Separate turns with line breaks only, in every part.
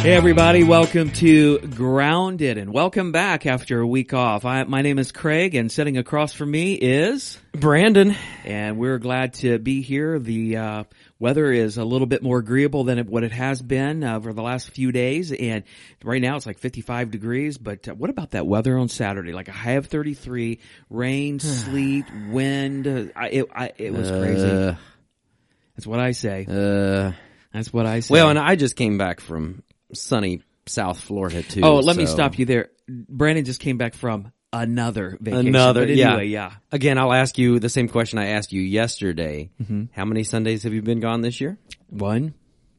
Hey everybody, welcome to Grounded and welcome back after a week off. I, my name is Craig and sitting across from me is
Brandon.
and we're glad to be here. The uh, weather is a little bit more agreeable than it, what it has been uh, over the last few days, and right now it's like 55 degrees. But uh, what about that weather on Saturday? Like a high of 33, rain, sleet, wind. Uh, I, it, I, it was crazy.
Uh,
That's what I say.
uh,
That's what I say.
well, and I just came back from sunny South Florida too.
oh, let me
so-
stop you there. Brandon just came back from another vacation.
Another,
but anyway, yeah.
Again, I'll ask you the same question I asked you yesterday. How many Sundays have you been gone this year?
One,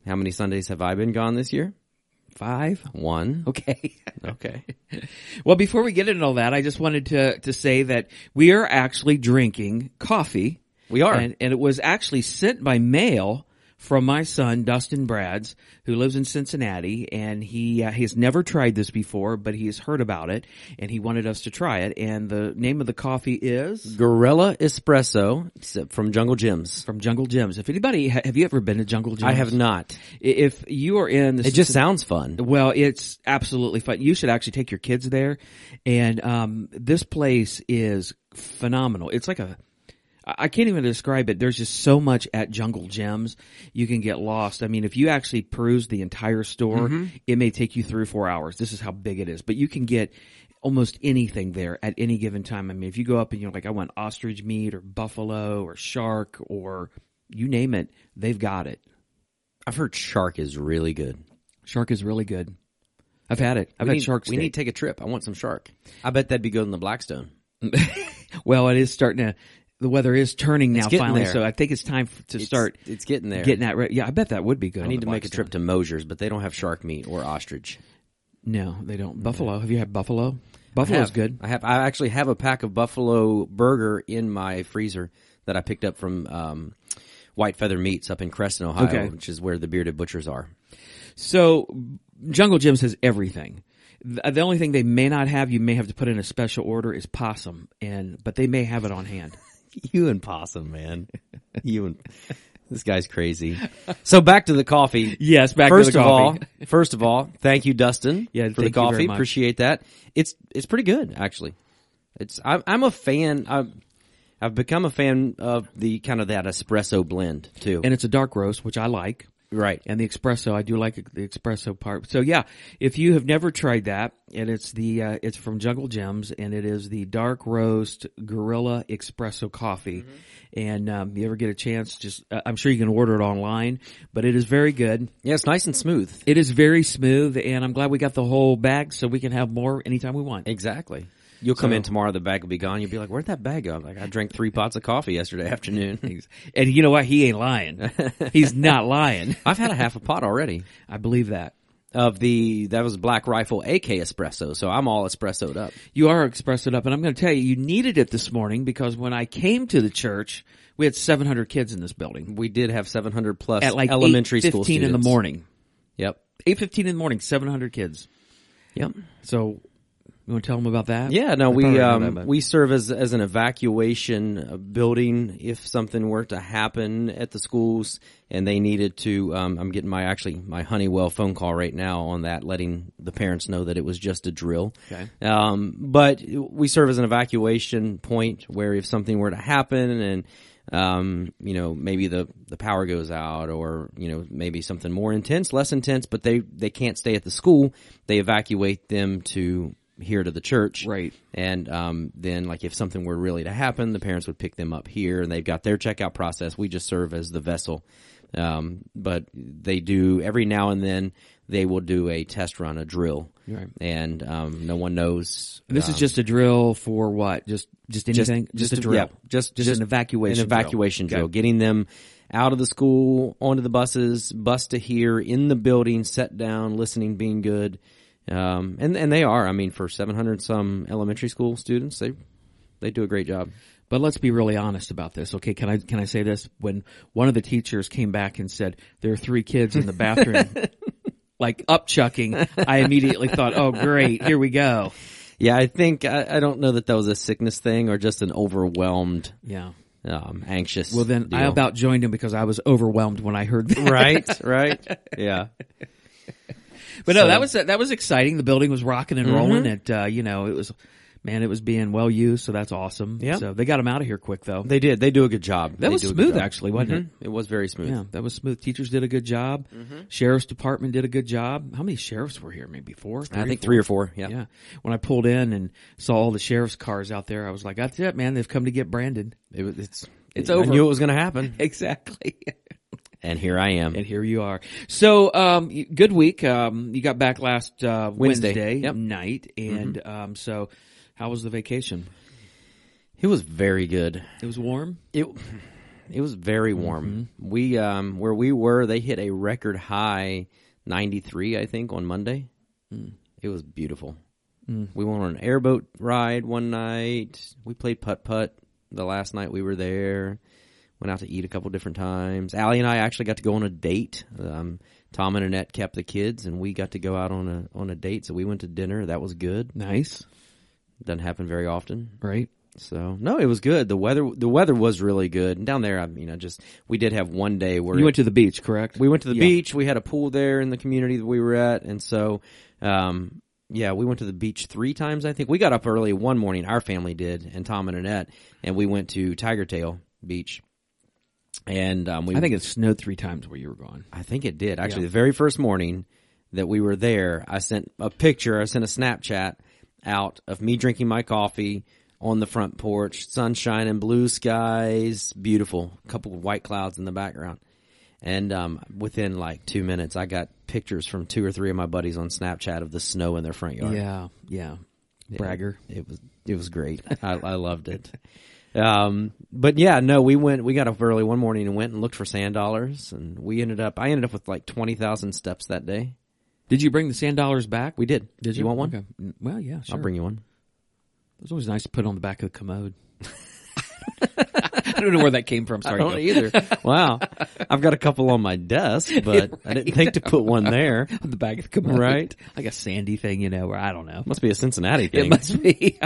How many Sundays have I been gone this year?
five.
One.
Okay.
Okay.
Well, before we get into all that, I just wanted to to say that we are actually drinking coffee.
We are.
and, and it was actually sent by mail from my son Dustin Brads, who lives in Cincinnati, and he uh, he has never tried this before, but he has heard about it, and he wanted us to try it. And the name of the coffee is
Gorilla Espresso It's, uh, from Jungle Gyms.
from Jungle Gyms. If anybody ha- have you ever been to Jungle Gyms?
I have not.
I- If you are in the
It just sounds fun.
Well, it's absolutely fun. You should actually take your kids there, and um, this place is phenomenal. It's like a I I can't even describe it. There's just so much at Jungle Gems. You can get lost. I mean, if you actually peruse the entire store,
Mm-hmm.
it may take you three or four hours. This is how big it is, but you can get almost anything there at any given time. I mean, if you go up and you're like, I want ostrich meat or buffalo or shark or you name it, they've got it.
I've heard shark is really good.
Shark is really good. I've had it. I've had
we need,
shark
we
steak.
need to take a trip. I want some shark. I bet that'd be good in the Blackstone.
Well, it is starting to. The weather is turning now
getting
finally,
there.
so I think it's time f- to start
It's, it's getting there.
getting that. Re- yeah, I bet that would be good.
I need to make a trip to Mosier's, but they don't have shark meat or ostrich.
No, they don't. Buffalo. Have you had buffalo? Buffalo's
Have-
good.
I have. I actually have a pack of buffalo burger in my freezer that I picked up from um, White Feather Meats up in Creston, Ohio,
Okay.
which is where the bearded butchers are.
So Jungle Gyms has everything. The, the only thing they may not have, you may have to put in a special order, is possum, and but they may have it on hand.
You and possum, man. you and this guy's crazy. So back to the coffee.
Yes, back to
first
the
of
coffee.
all, first of all, thank you, Dustin.
Yeah,
for
thank
the
you very
coffee.
much.
Appreciate that. It's it's pretty good actually. It's I'm I'm a fan. I'm, I've become a fan of the kind of that espresso blend too.
and it's a dark roast, which I like.
right.
and the espresso. I do like the espresso part. So yeah, if you have never tried that, and it's the uh, it's from Jungle Gems, and it is the dark roast Gorilla Espresso coffee. And um, you ever get a chance, just uh, I'm sure you can order it online, but it is very good.
Yeah, it's nice and smooth.
It is very smooth, and I'm glad we got the whole bag so we can have more anytime we want.
Exactly. You'll come in tomorrow, the bag will be gone. You'll be like, "Where'd that bag go?" I'm like, "I drank three pots of coffee yesterday afternoon.
And you know what? He ain't lying. He's not lying.
I've had a half a pot already
I believe that.
of the that was Black Rifle AK espresso, so I'm all espressoed up.
You are espressoed up, and I'm going to tell you, you needed it this morning because when I came to the church, we had 700 kids in this building
We did have 700 plus
at like
elementary school
15
students
in the morning.
Yep.
8:15 in the morning, 700 kids.
Yep.
So, you want to tell them about that?
Yeah,
I
no,
probably
we
know that,
um,
but-
we serve as as an evacuation uh, building if something were to happen at the schools and they needed to. Um, I'm getting my actually my Honeywell phone call right now on that, letting the parents know that it was just a drill.
Okay.
Um, but we serve as an evacuation point where if something were to happen and um, you know maybe the the power goes out or you know maybe something more intense, less intense, but they they can't stay at the school, they evacuate them to here to the church.
Right.
And um, then, like, if something were really to happen, the parents would pick them up here, and they've got their checkout process. We just serve as the vessel. Um, but they do every now and then they will do a test run, a drill,
Right.
and um, no one knows.
this is just a drill for what? Just just anything? just, a drill.
yeah, just,
just, an evacuation.
an
drill.
evacuation drill,
Okay.
getting them out of the school, onto the buses, bus to here, in the building, set down, listening, being good, um, and and they are. I mean, for seven hundred some elementary school students, they they do a great job.
But let's be really honest about this, okay? Can I can I say this? When one of the teachers came back and said there are three kids in the bathroom, like upchucking, I immediately thought, oh great, here we go.
Yeah, I think I, I don't know that that was a sickness thing or just an overwhelmed,
Yeah.
um, anxious.
Well, then I
deal.
about joined him because I was overwhelmed when I heard that.
right, right, yeah.
But no,
So- Mm-hmm.
that was that was exciting. The building was rocking and rolling. It uh, you know it was man, it was being well used, so that's awesome.
Yeah.
So they got him out of here quick though.
They did. They do a good job.
That
They
was
do a good
smooth,
job.
actually, wasn't it?
Mhm. It was very smooth.
Yeah, that was smooth. Teachers did a good job.
Mm-hmm.
Sheriff's department did a good job. How many sheriffs were here? Maybe four.
I think three or four. Yeah.
Yeah. When I pulled in and saw all the sheriff's cars out there, I was like, "That's it, man. They've come to get Brandon."
It was, it's
It's
I
over.
knew it was going to happen,
Exactly.
and here I am.
and here you are. So, um, y- good week. Um, you got back last uh,
Wednesday.
Wednesday,
Yep. Mm-hmm.
night, and um, so how was the vacation?
It was very good.
It was warm.
It it was very warm. We um where we were, they hit a record high 93, I think, on Monday. It was beautiful. We went on an airboat ride one night. We played putt putt the last night we were there. Went out to eat a couple different times. Allie and I actually got to go on a date. Um, Tom and Annette kept the kids, and we got to go out on a on a date. So we went to dinner. That was good.
Nice,
Doesn't happen very often.
right?
So no, it was good. The weather the weather was really good. And down there, I you know, just we did have one day where
You went to the beach, correct?
we went to the
Yeah.
beach. We had a pool there in the community that we were at, and so um, yeah, we went to the beach three times. I think we got up early one morning. Our family did, and Tom and Annette, and we went to Tiger Tail Beach. And um, we
I think it snowed three times where you were gone.
I think it did. Actually, the very first morning that we were there, I sent a picture, I sent a Snapchat out of me drinking my coffee on the front porch, sunshine and blue skies, beautiful, a couple of white clouds in the background. And um, within like two minutes, I got pictures from two or three of my buddies on Snapchat of the snow in their front yard.
Yeah, yeah. Bragger.
It was it was great. I, I loved it. Um, but yeah, no, we went. We got up early one morning and went and looked for sand dollars, and we ended up. I ended up with like twenty thousand steps that day.
Did you bring the sand dollars back?
We did. Did you, want one?
Okay. N- Well, yeah, sure.
I'll bring you one.
It was always nice to put on the back of the commode. I don't know where that came from. Sorry.
I don't
Bill.
either. wow, I've got a couple on my desk, but I didn't think to put one there.
on the back of the commode,
Right.
Like a sandy thing, you know, or I don't know.
Must be a Cincinnati
It
thing.
must be.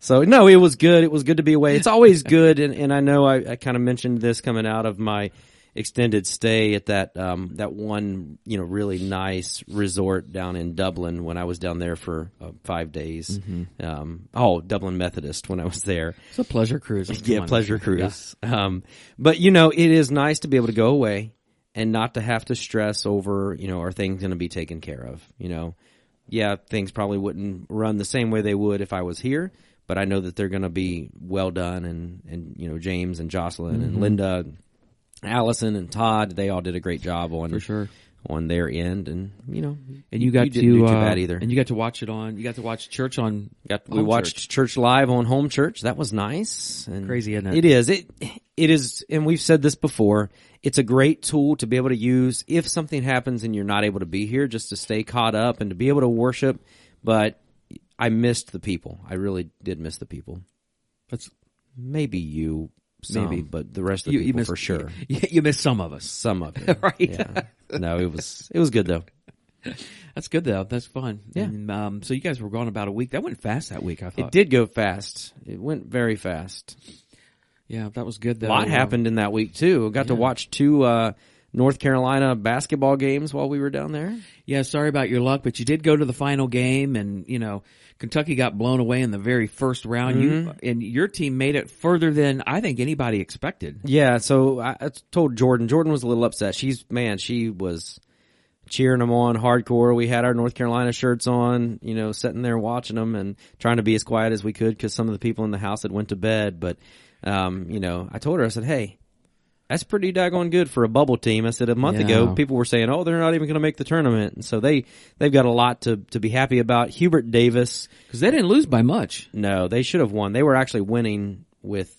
So no, it was good. It was good to be away. It's always good, and, and I know I, I kind of mentioned this coming out of my extended stay at that um, that one you know really nice resort down in Dublin when I was down there for uh, five days. Um, oh, Dublin Methodist when I was there.
it's a pleasure cruise. Come
Yeah,
on.
pleasure cruise. Um, but you know, it is nice to be able to go away and not to have to stress over, you know, are things going to be taken care of? You know, yeah, things probably wouldn't run the same way they would if I was here, but I know that they're going to be well done. And, and, you know, James and Jocelyn
Mm-hmm.
and Linda, Allison and Todd, they all did a great job on,
For sure.
on their end. And, you know,
And you got
you
to
didn't do too
uh,
bad either.
And you got to watch it on. You got to watch church on.
Got we
Home
watched church. live on home church. That was nice. And
Crazy, isn't it?
It is. It it is. And we've said this before. It's a great tool to be able to use if something happens and you're not able to be here, just to stay caught up and to be able to worship. But I missed the people. I really did miss the people.
That's
Maybe you, some,
Maybe.
but the rest of the
you, you
people
missed
for sure.
You, you missed some of us.
Some of it,
Right.
Yeah. No, it was it was good though.
That's good though. That's fun.
Yeah.
And, um, so you guys were gone about a week. That went fast that week. I thought.
It did go fast. It went very fast.
Yeah, that was good though.
A lot
Um,
happened in that week too. Got to watch two uh, North Carolina basketball games while we were down there.
Yeah, sorry about your luck, but you did go to the final game, and you know Kentucky got blown away in the very first round. You and your team made it further than I think anybody expected.
Yeah, so I, I told Jordan. Jordan was a little upset. She's man, she was cheering them on hardcore. We had our North Carolina shirts on, you know, sitting there watching them and trying to be as quiet as we could because some of the people in the house had went to bed. But um, you know, I told her, I said, hey. That's pretty daggone good for a bubble team. I said a month ago,
Yeah.
people were saying, "Oh, they're not even going to make the tournament," and so they they've got a lot to to be happy about. Hubert Davis,
Because they didn't lose by much.
No, they should have won. They were actually winning with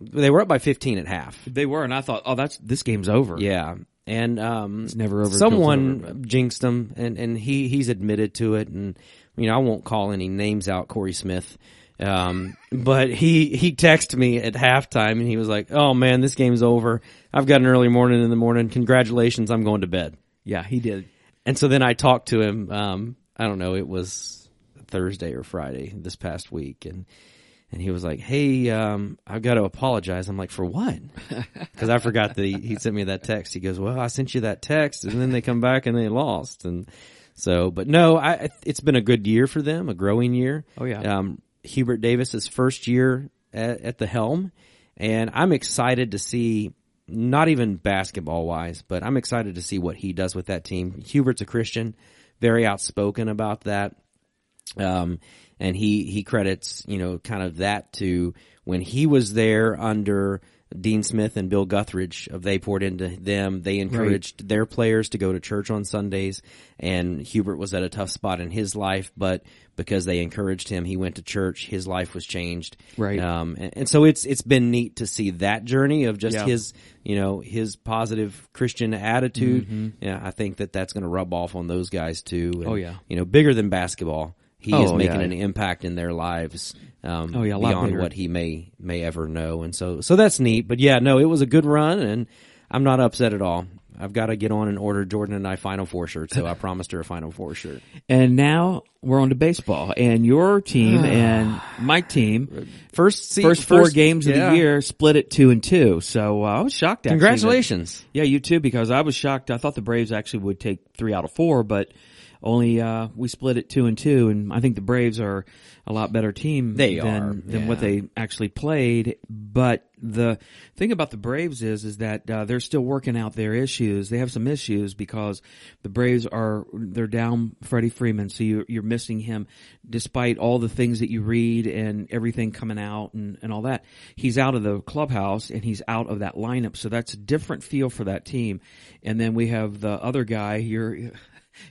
they were up by 15 at half.
They were, and I thought, oh, that's this game's over.
Yeah. And um it's
never over till it's
someone
over,
jinxed him and and he he's admitted to it and you know, I won't call any names out Corey Smith. Um but he he texted me at halftime and he was like, "Oh man, this game's over. I've got an early morning in the morning. Congratulations, I'm going to bed."
yeah, he did.
And so then I talked to him. Um, I don't know. It was Thursday or Friday this past week, and and he was like, "Hey, um, I've got to apologize." I'm like, "For what?" Because I forgot that he, he sent me that text. He goes, "Well, I sent you that text," and then they come back and they lost, and so. But no, I, it's been a good year for them, a growing year.
Oh, yeah.
Um, Hubert Davis's first year at, at the helm, and I'm excited to see. Not even basketball wise, but I'm excited to see what he does with that team. Hubert's a Christian, very outspoken about that um, and he he credits you know kind of that to when he was there under Dean Smith and Bill Guthridge. Of they poured into them, they encouraged their players to go to church on Sundays, and Hubert was at a tough spot in his life, but because they encouraged him, he went to church. His life was changed,
Right.
Um, and, and so it's it's been neat to see that journey of just
Yeah.
his you know his positive Christian attitude.
Mm-hmm.
Yeah, I think that that's going to rub off on those guys too. And,
Oh, yeah.
you know bigger than basketball. He is
Oh,
making
yeah.
an impact in their lives. Um,
Oh, yeah, a lot
beyond
bigger.
what he may may ever know, and so so that's neat. But yeah, no, it was a good run, and I'm not upset at all. I've got to get on and order Jordan and I Final Four shirt, so I promised her a Final Four shirt.
And now we're on to baseball, and your team and my team,
First, se-
first four games of
yeah.
the year, split it two and two. So uh, I was shocked. Actually, that-
Congratulations!
Yeah, you too, because I was shocked. I thought the Braves actually would take three out of four, but only uh, we split it two and two, and I think the Braves are a lot better team
They
than,
are,
than
yeah.
what they actually played. But the thing about the Braves is is that uh, they're still working out their issues. They have some issues because the Braves are they're down Freddie Freeman, so you're, you're missing him despite all the things that you read and everything coming out and, and all that. He's out of the clubhouse and he's out of that lineup, so that's a different feel for that team. And then we have the other guy, your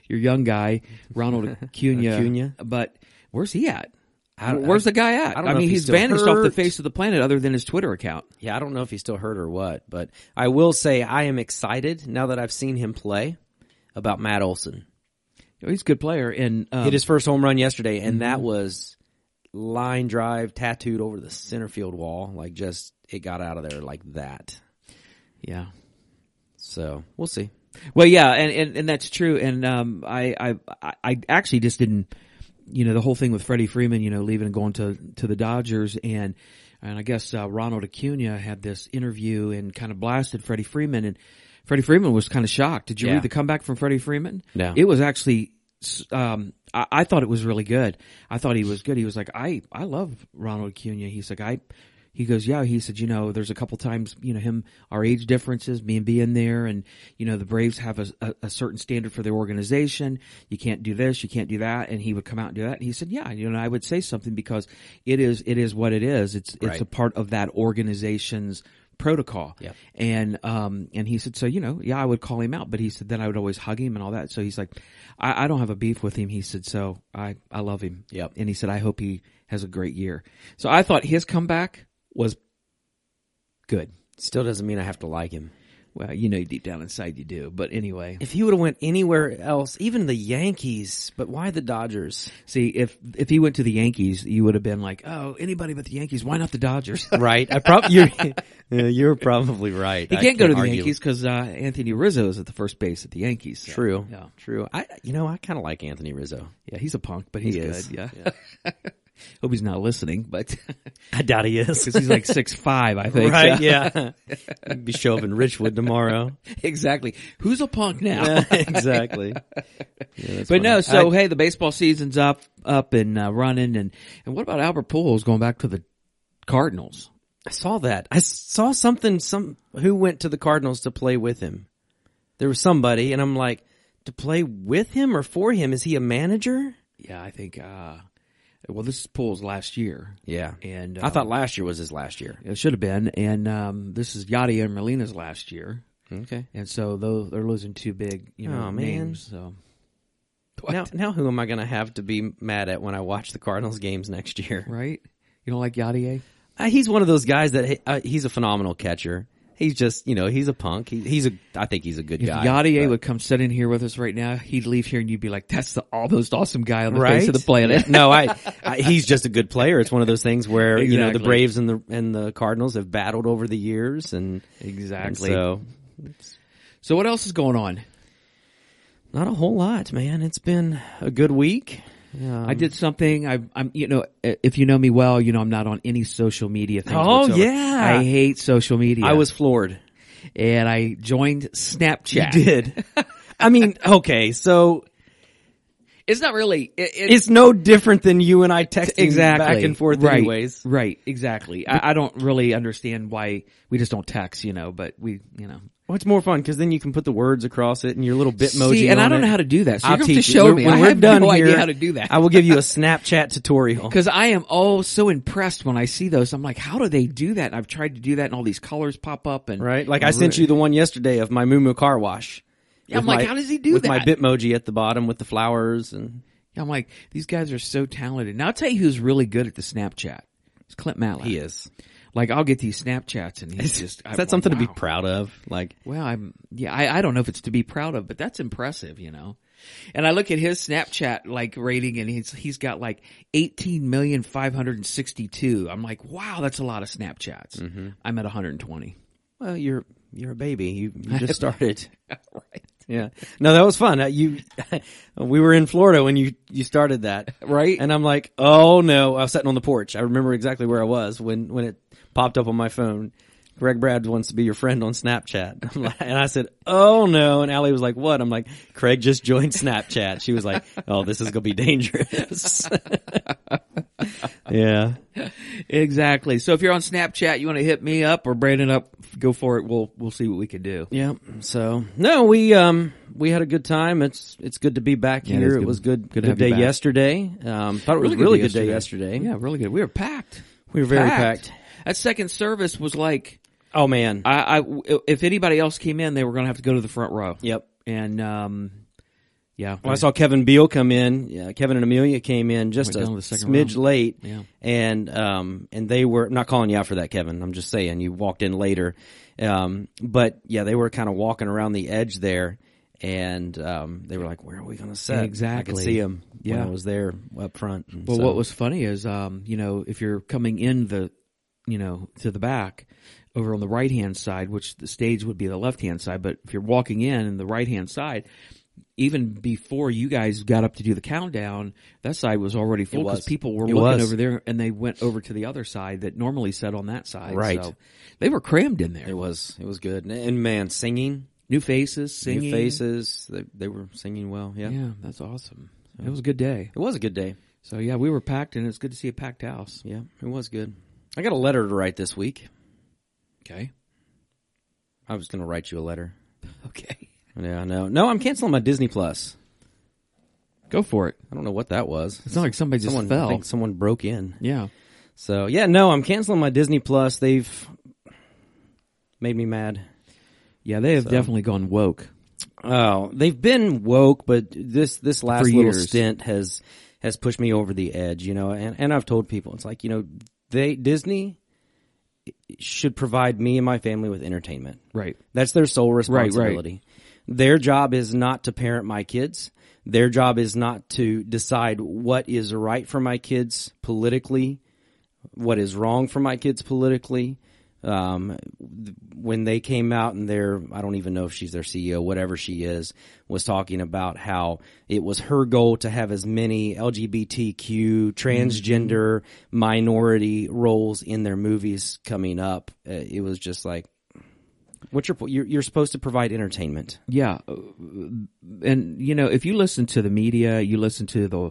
your young guy, Ronald Acuna.
Acuna.
But where's he at?
I don't-
Where's the guy at?
I don't
I
know
mean,
if he's
he's
still
vanished off the
hurt.
face of the planet other than his Twitter account.
Yeah, I don't know if he's still hurt or what, but I will say I am excited now that I've seen him play about Matt Olson.
You know, He's a good player, and um,
hit his first home run yesterday, and that was line drive tattooed over the center field wall. Like just it got out of there like that.
yeah.
So we'll see.
Well, yeah, and, and, and that's true. And um, I, I I- I actually just didn't, you know, the whole thing with Freddie Freeman, you know, leaving and going to to the Dodgers, and and I guess uh, Ronald Acuna had this interview and kind of blasted Freddie Freeman, and Freddie Freeman was kind of shocked. Did you
Yeah.
read the comeback from Freddie Freeman?
No.
it was actually. s- Um, I, I thought it was really good. I thought he was good. He was like, I I love Ronald Acuna. He's like, I he goes, yeah. He said, you know, there's a couple times, you know, him, our age differences, me and being there, and you know, the Braves have a, a, a certain standard for their organization. You can't do this, you can't do that, and he would come out and do that. And he said, yeah, you know, I would say something because it is, it is what it is. It's, it's
Right.
a part of that organization's protocol.
Yep.
And um and he said, so you know, yeah, I would call him out, but he said then I would always hug him and all that. So he's like, I, I don't have a beef with him. He said, so I I love him.
Yep.
And he said, I hope he has a great year. So I thought his comeback was good.
Still doesn't mean I have to like him.
Well, you know, deep down inside you do, but anyway,
If he would have went anywhere else, even the Yankees, but why the Dodgers?
see if if he went to the Yankees, you would have been like, oh, anybody but the Yankees. Why not the Dodgers?
Right? I prob- you're, yeah, you're probably right.
He
I
can't go to the
argue.
Yankees because uh, Anthony Rizzo is at the first base at the Yankees. so,
True.
Yeah.
True. I you know I kind of like Anthony Rizzo.
Yeah, he's a punk, but he's
He
good.
is.
Yeah. Hope he's not listening, but
I doubt he is.
because he's like six five, I think.
right? Yeah. He'd be show up in Richwood tomorrow.
exactly. Who's a punk now?
exactly.
But no, so hey, the baseball season's up, up and uh, running, and and what about Albert Pujols going back to the Cardinals?
I saw that. I saw something. Some who went to the Cardinals to play with him. There was somebody, and I'm like, to play with him or for him? Is he a manager?
Yeah, I think. uh Well, this is Pujols last year,
Yeah.
and uh,
I thought last year was his last year.
it should have been, and um this is Yadier and Molina's last year,
Okay.
and so though they're losing two big, you know,
Aw, man.
names. So
Now, now who am I going to have to be mad at when I watch the Cardinals games next year?
right, you don't like Yadier?
Uh, he's one of those guys that uh, he's a phenomenal catcher. He's just, you know, he's a punk. He, he's a, I think he's a good
If
guy.
Yadier
but-
would come sit in here with us right now, he'd leave here and you'd be like, "That's the all most awesome guy on the face of the planet."
no, I, I he's just a good player. It's one of those things where you know the
Exactly.
Braves and the and the Cardinals have battled over the years, and, and
exactly. So.
so
what else is going on?
not a whole lot, man. It's been a good week. Uh, Yeah.
I did something. I, I'm, you know, if you know me well, you know I'm not on any social media. Things
Oh,
whatsoever.
yeah.
I hate social media.
I was floored.
and I joined Snapchat.
You did. I mean, okay, so
It's not really. It, it-
it's no different than you and I texting
exactly
back and forth,
right,
anyways.
Right, exactly. I, I don't really understand why we just don't text, you know. But we, you know,
Well, it's more fun because then you can put the words across it and your little bitmoji.
See, and I
on
don't
it.
know how to do that. So you're
I'll
gonna have to
teach you.
show
When-
me.
when
I
we're
have
done
no
here,
idea how to do that.
I will give you a Snapchat tutorial.
Because I am oh so impressed when I see those. I'm like, how do they do that? And I've tried to do that, and all these colors pop up, and
Right? Like I sent you the one yesterday of my Moo car wash.
Yeah, I'm
With
like, how does he do
with
that?
my Bitmoji at the bottom with the flowers and
I'm like, these guys are so talented. Now I'll tell you who's really good at the Snapchat. It's Clint Mallett.
he is.
Like I'll get these Snapchats, and he's just.
Is that something to be proud of? Like
Well, I'm yeah, I, I don't know if it's to be proud of, but that's impressive, you know. And I look at his Snapchat like rating and he's he's got like eighteen million five hundred and sixty two. I'm like, wow, that's a lot of Snapchats.
Mm-hmm.
I'm at 120.
well, you're you're a baby. You, you just started.
right.
Yeah. No, that was fun. Uh, you, we were in Florida when you, you started that.
Right.
And I'm like, oh no, I was sitting on the porch. I remember exactly where I was when, when it popped up on my phone. Greg Brad wants to be your friend on Snapchat. I'm like, and I said, oh no. And Allie was like, what? I'm like, Craig just joined Snapchat. She was like, oh, this is going to be dangerous. yeah.
Exactly. So if you're on Snapchat, you want to hit me up or Brandon up, go for it. We'll we'll see what we can do.
Yeah. So no, we um we had a good time. It's it's good to be back
it is
here. It
good-
was good
good
good,
to have you
day
back.
yesterday. Um thought it was a really good day yesterday.
Yeah, really good. We were packed.
We were very packed.
That second service was like
Oh man.
I, I if anybody else came in, they were going to have to go to the front row.
yep.
and um, yeah,
Well, I saw Kevin Beal come in. Yeah, Kevin and Amelia came in just
Went
a
down to Oh the second
smidge
round.
late.
Yeah.
And um and they were I'm not calling you out for that, Kevin. I'm just saying you walked in later. Um but yeah, they were kind of walking around the edge there and um they were like, Where are we gonna set? I
Exactly.
could see them
Yeah.
when I was there up front. And
well,
so-
what was funny is, um, you know, if you're coming in the, you know, to the back over on the right hand side, which the stage would be the left hand side, but if you're walking in in the right hand side, even before you guys got up to do the countdown, that side was already full because
was.
people were
It
looking
was.
over there and they went over to the other side that normally sat on that side.
Right.
So they were crammed in there.
It was. It was good. And, and man, singing,
New faces, singing.
new faces. They, they were singing well. Yeah.
Yeah, that's awesome. It was a good day.
It was a good day.
So yeah, we were packed, and it's good to see a packed house.
Yeah. It was good. I got a letter to write this week.
Okay.
I was going to write you a letter.
Okay.
Yeah, no. No, I'm canceling my Disney Plus.
Go for it.
I don't know what that was.
It's not like somebody just
Someone, I
fell.
think someone broke in.
Yeah.
So, yeah, no, I'm canceling my Disney Plus. They've made me mad.
Yeah, they have definitely gone woke.
Oh, they've been woke, but this this last
For
little
years.
stint has has pushed me over the edge, you know. And and I've told people it's like you know they Disney should provide me and my family with entertainment.
Right.
That's their sole
right.
responsibility. Their job is not to parent my kids. Their job is not to decide what is right for my kids politically, what is wrong for my kids politically. Um, th- when they came out and their, I don't even know if she's their CEO, whatever she is, was talking about how it was her goal to have as many LGBTQ, transgender,
Mm-hmm.
minority roles in their movies coming up. Uh, it was just like, What's your po- you're, you're supposed to provide entertainment?
Yeah. Uh, And you know, if you listen to the media, you listen to the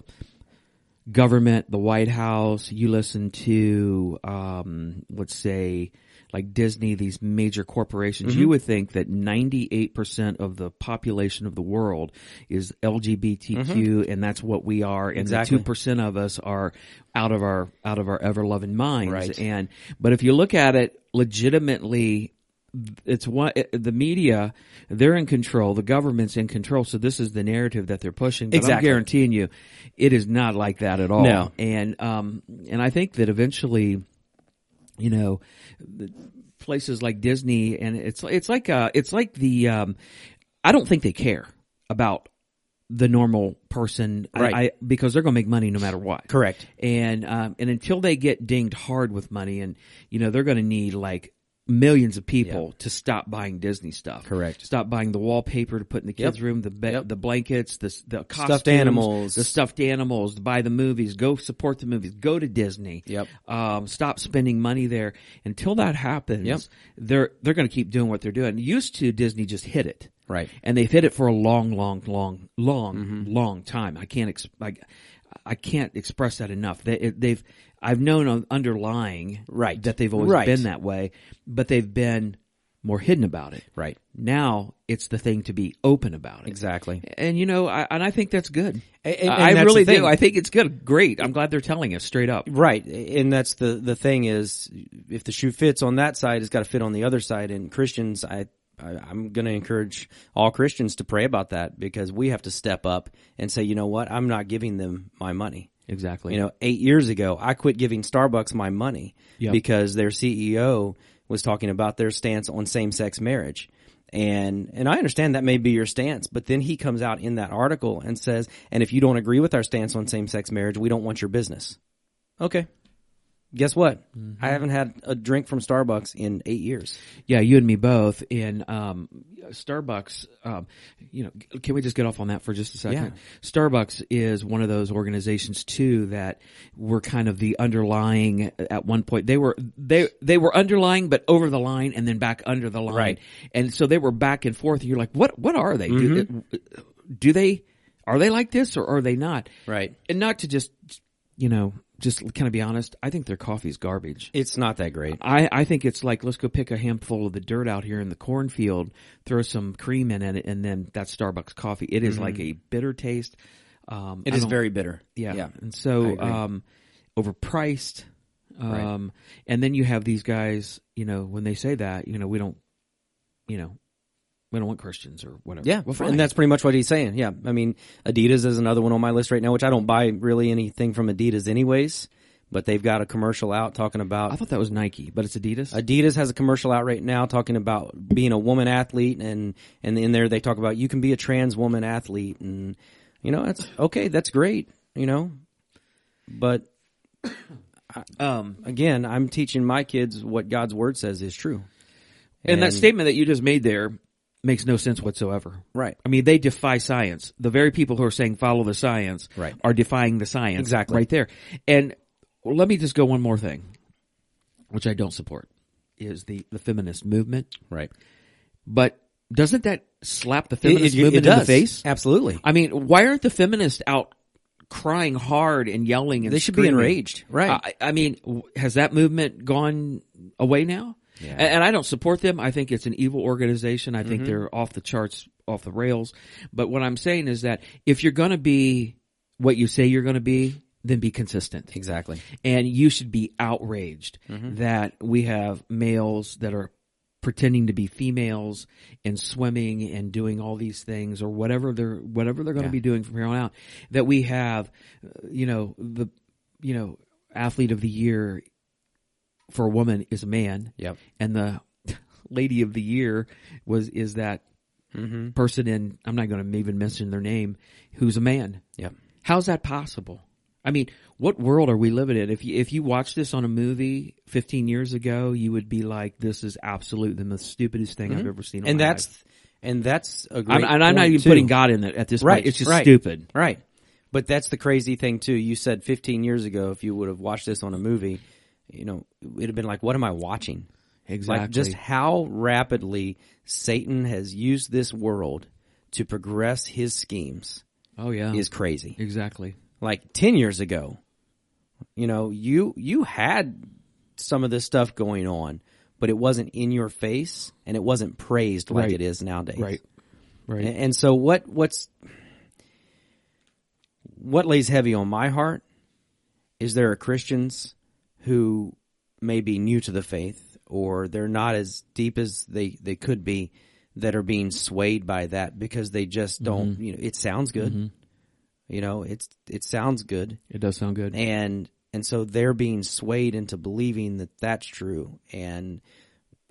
government, the White House, you listen to um let's say like Disney, these major corporations,
Mm-hmm.
you would think that 98% of the population of the world is LGBTQ and that's what we are and
Mm-hmm. Exactly.
the 2% of us are out of our out of our ever-loving minds
Right.
and but if you look at it legitimately it's one it- the media they're in control the government's in control so this is the narrative that they're pushing but
Exactly.
i'm guaranteeing you it is not like that at all
No.
and um and i think that eventually you know the places like disney and it's it's like uh it's like the um i don't think they care about the normal person I-
Right.
I, because they're going to make money no matter what
Correct.
and um, and until they get dinged hard with money, and you know they're going to need like millions of people to stop buying Disney stuff.
Correct.
Stop buying the wallpaper to put in the kids' room, the be-
Yep.
the blankets, the s- the costumes,
animals.
the stuffed animals. Buy the movies. Go support the movies. Go to Disney.
Yep.
Um, stop spending money there. Until that happens,
Yep.
they're they're going to keep doing what they're doing. Used to Disney just hit it.
Right. Mm-hmm.
And they've hit it for a long, long, long, long, long time. I can't ex- I, I can't express that enough. They, it- they've I've known on underlying
Right.
that they've always
Right.
been that way, but they've been more hidden about it.
Right.
Now it's the thing to be open about it.
Exactly.
And you know, I, and I think that's good.
And- and-
I
and
I
that's
really
the thing.
do. I think it's good. Great. I'm glad they're telling us straight up.
Right, and that's the the thing is, if the shoe fits on that side, it's got to fit on the other side. And Christians, I, I I'm going to encourage all Christians to pray about that because we have to step up and say, you know what, I'm not giving them my money.
Exactly.
You know, eight years ago, I quit giving Starbucks my money
Yeah.
because their CEO was talking about their stance on same sex marriage. And, and I understand that may be your stance, but then he comes out in that article and says, and if you don't agree with our stance on same sex marriage, we don't want your business. Okay. Guess what? I haven't had a drink from Starbucks in eight years.
Yeah, you and me both. In um, Starbucks, um, you know, can we just get off on that for just a second?
Yeah.
Starbucks is one of those organizations too that were kind of the underlying. At one point, they were they they were underlying, but over the line, and then back under the line,
Right.
and so they were back and forth. And you're like, what what are they?
Mm-hmm.
Do, do they are they like this or are they not?
Right.
And not to just you know just kind of be honest. I think their coffee's garbage.
It's not that great.
I, I think it's like let's go pick a handful of the dirt out here in the cornfield, throw some cream in it, and then that's Starbucks coffee. It is like a bitter taste. Um,
Mm-hmm. It
I
is
don't-
very bitter.
yeah.
Yeah.
and so um, overpriced. Um, and then you have these guys. You know, when they say that, you know, we don't, you know, we don't want Christians or whatever.
Yeah,
well, fine.
and that's pretty much what he's saying. Yeah, I mean, Adidas is another one on my list right now, which I don't buy really anything from Adidas, anyways. But they've got a commercial out talking
I
about
thought that was Nike, but it's Adidas.
Adidas has a commercial out right now talking about being a woman athlete, and and in there they talk about you can be a trans woman athlete, and you know that's okay, that's great, you know, but
um,
again, I'm teaching my kids what God's word says is true,
and that
And-
statement that you just made there makes no sense whatsoever.
right?
I mean, they defy science. The very people who are saying follow the science
Right.
are defying the science
Exactly.
right there. And let me just go one more thing, which I don't support, is the, the feminist movement.
Right.
But doesn't that slap the feminist
It- it- it
movement in the
does.
face?
Absolutely.
I mean, why aren't the feminists out crying hard and yelling and
They should be
screaming?
enraged, right.
I, I mean, w- has that movement gone away now?
Yeah. Mm-hmm.
And, and I don't support them. I think it's an evil organization. I think they're off the charts, off the rails. But what I'm saying is that if you're going to be what you say you're going to be, then be consistent.
Exactly.
And you should be outraged that we have males that are pretending to be females and swimming and doing all these things or whatever they're whatever they're going to be doing from here on out. That we have, uh, you know, the you know athlete of the year for a woman is a man,
Yep.
and the lady of the year was is that person in I'm not going to even mention their name who's a man.
Yep.
How's that possible? I mean, what world are we living in? If you, if you watch this on a movie 15 years ago, you would be like, this is absolute the most stupidest thing I've ever seen. in
Mm-hmm. and
my
that's
life.
and that's a great
I'm, and I'm not
point,
even
too.
putting God in it at this
right.
point. It's just
right,
stupid.
right? But that's the crazy thing too. You said 15 years ago, if you would have watched this on a movie, you know, it'd have been like, what am I watching?
Exactly.
Like just how rapidly Satan has used this world to progress his schemes
oh yeah.
is crazy
exactly.
like 10 years ago you know you you had some of this stuff going on but it wasn't in your face and it wasn't praised like
Right.
it is nowadays
Right. Right.
and, and so what what's what lays heavy on my heart is there are christians who may be new to the faith or they're not as deep as they they could be that are being swayed by that because they just don't you know it sounds good you know it's it sounds good
it does sound good.
and and so they're being swayed into believing that that's true and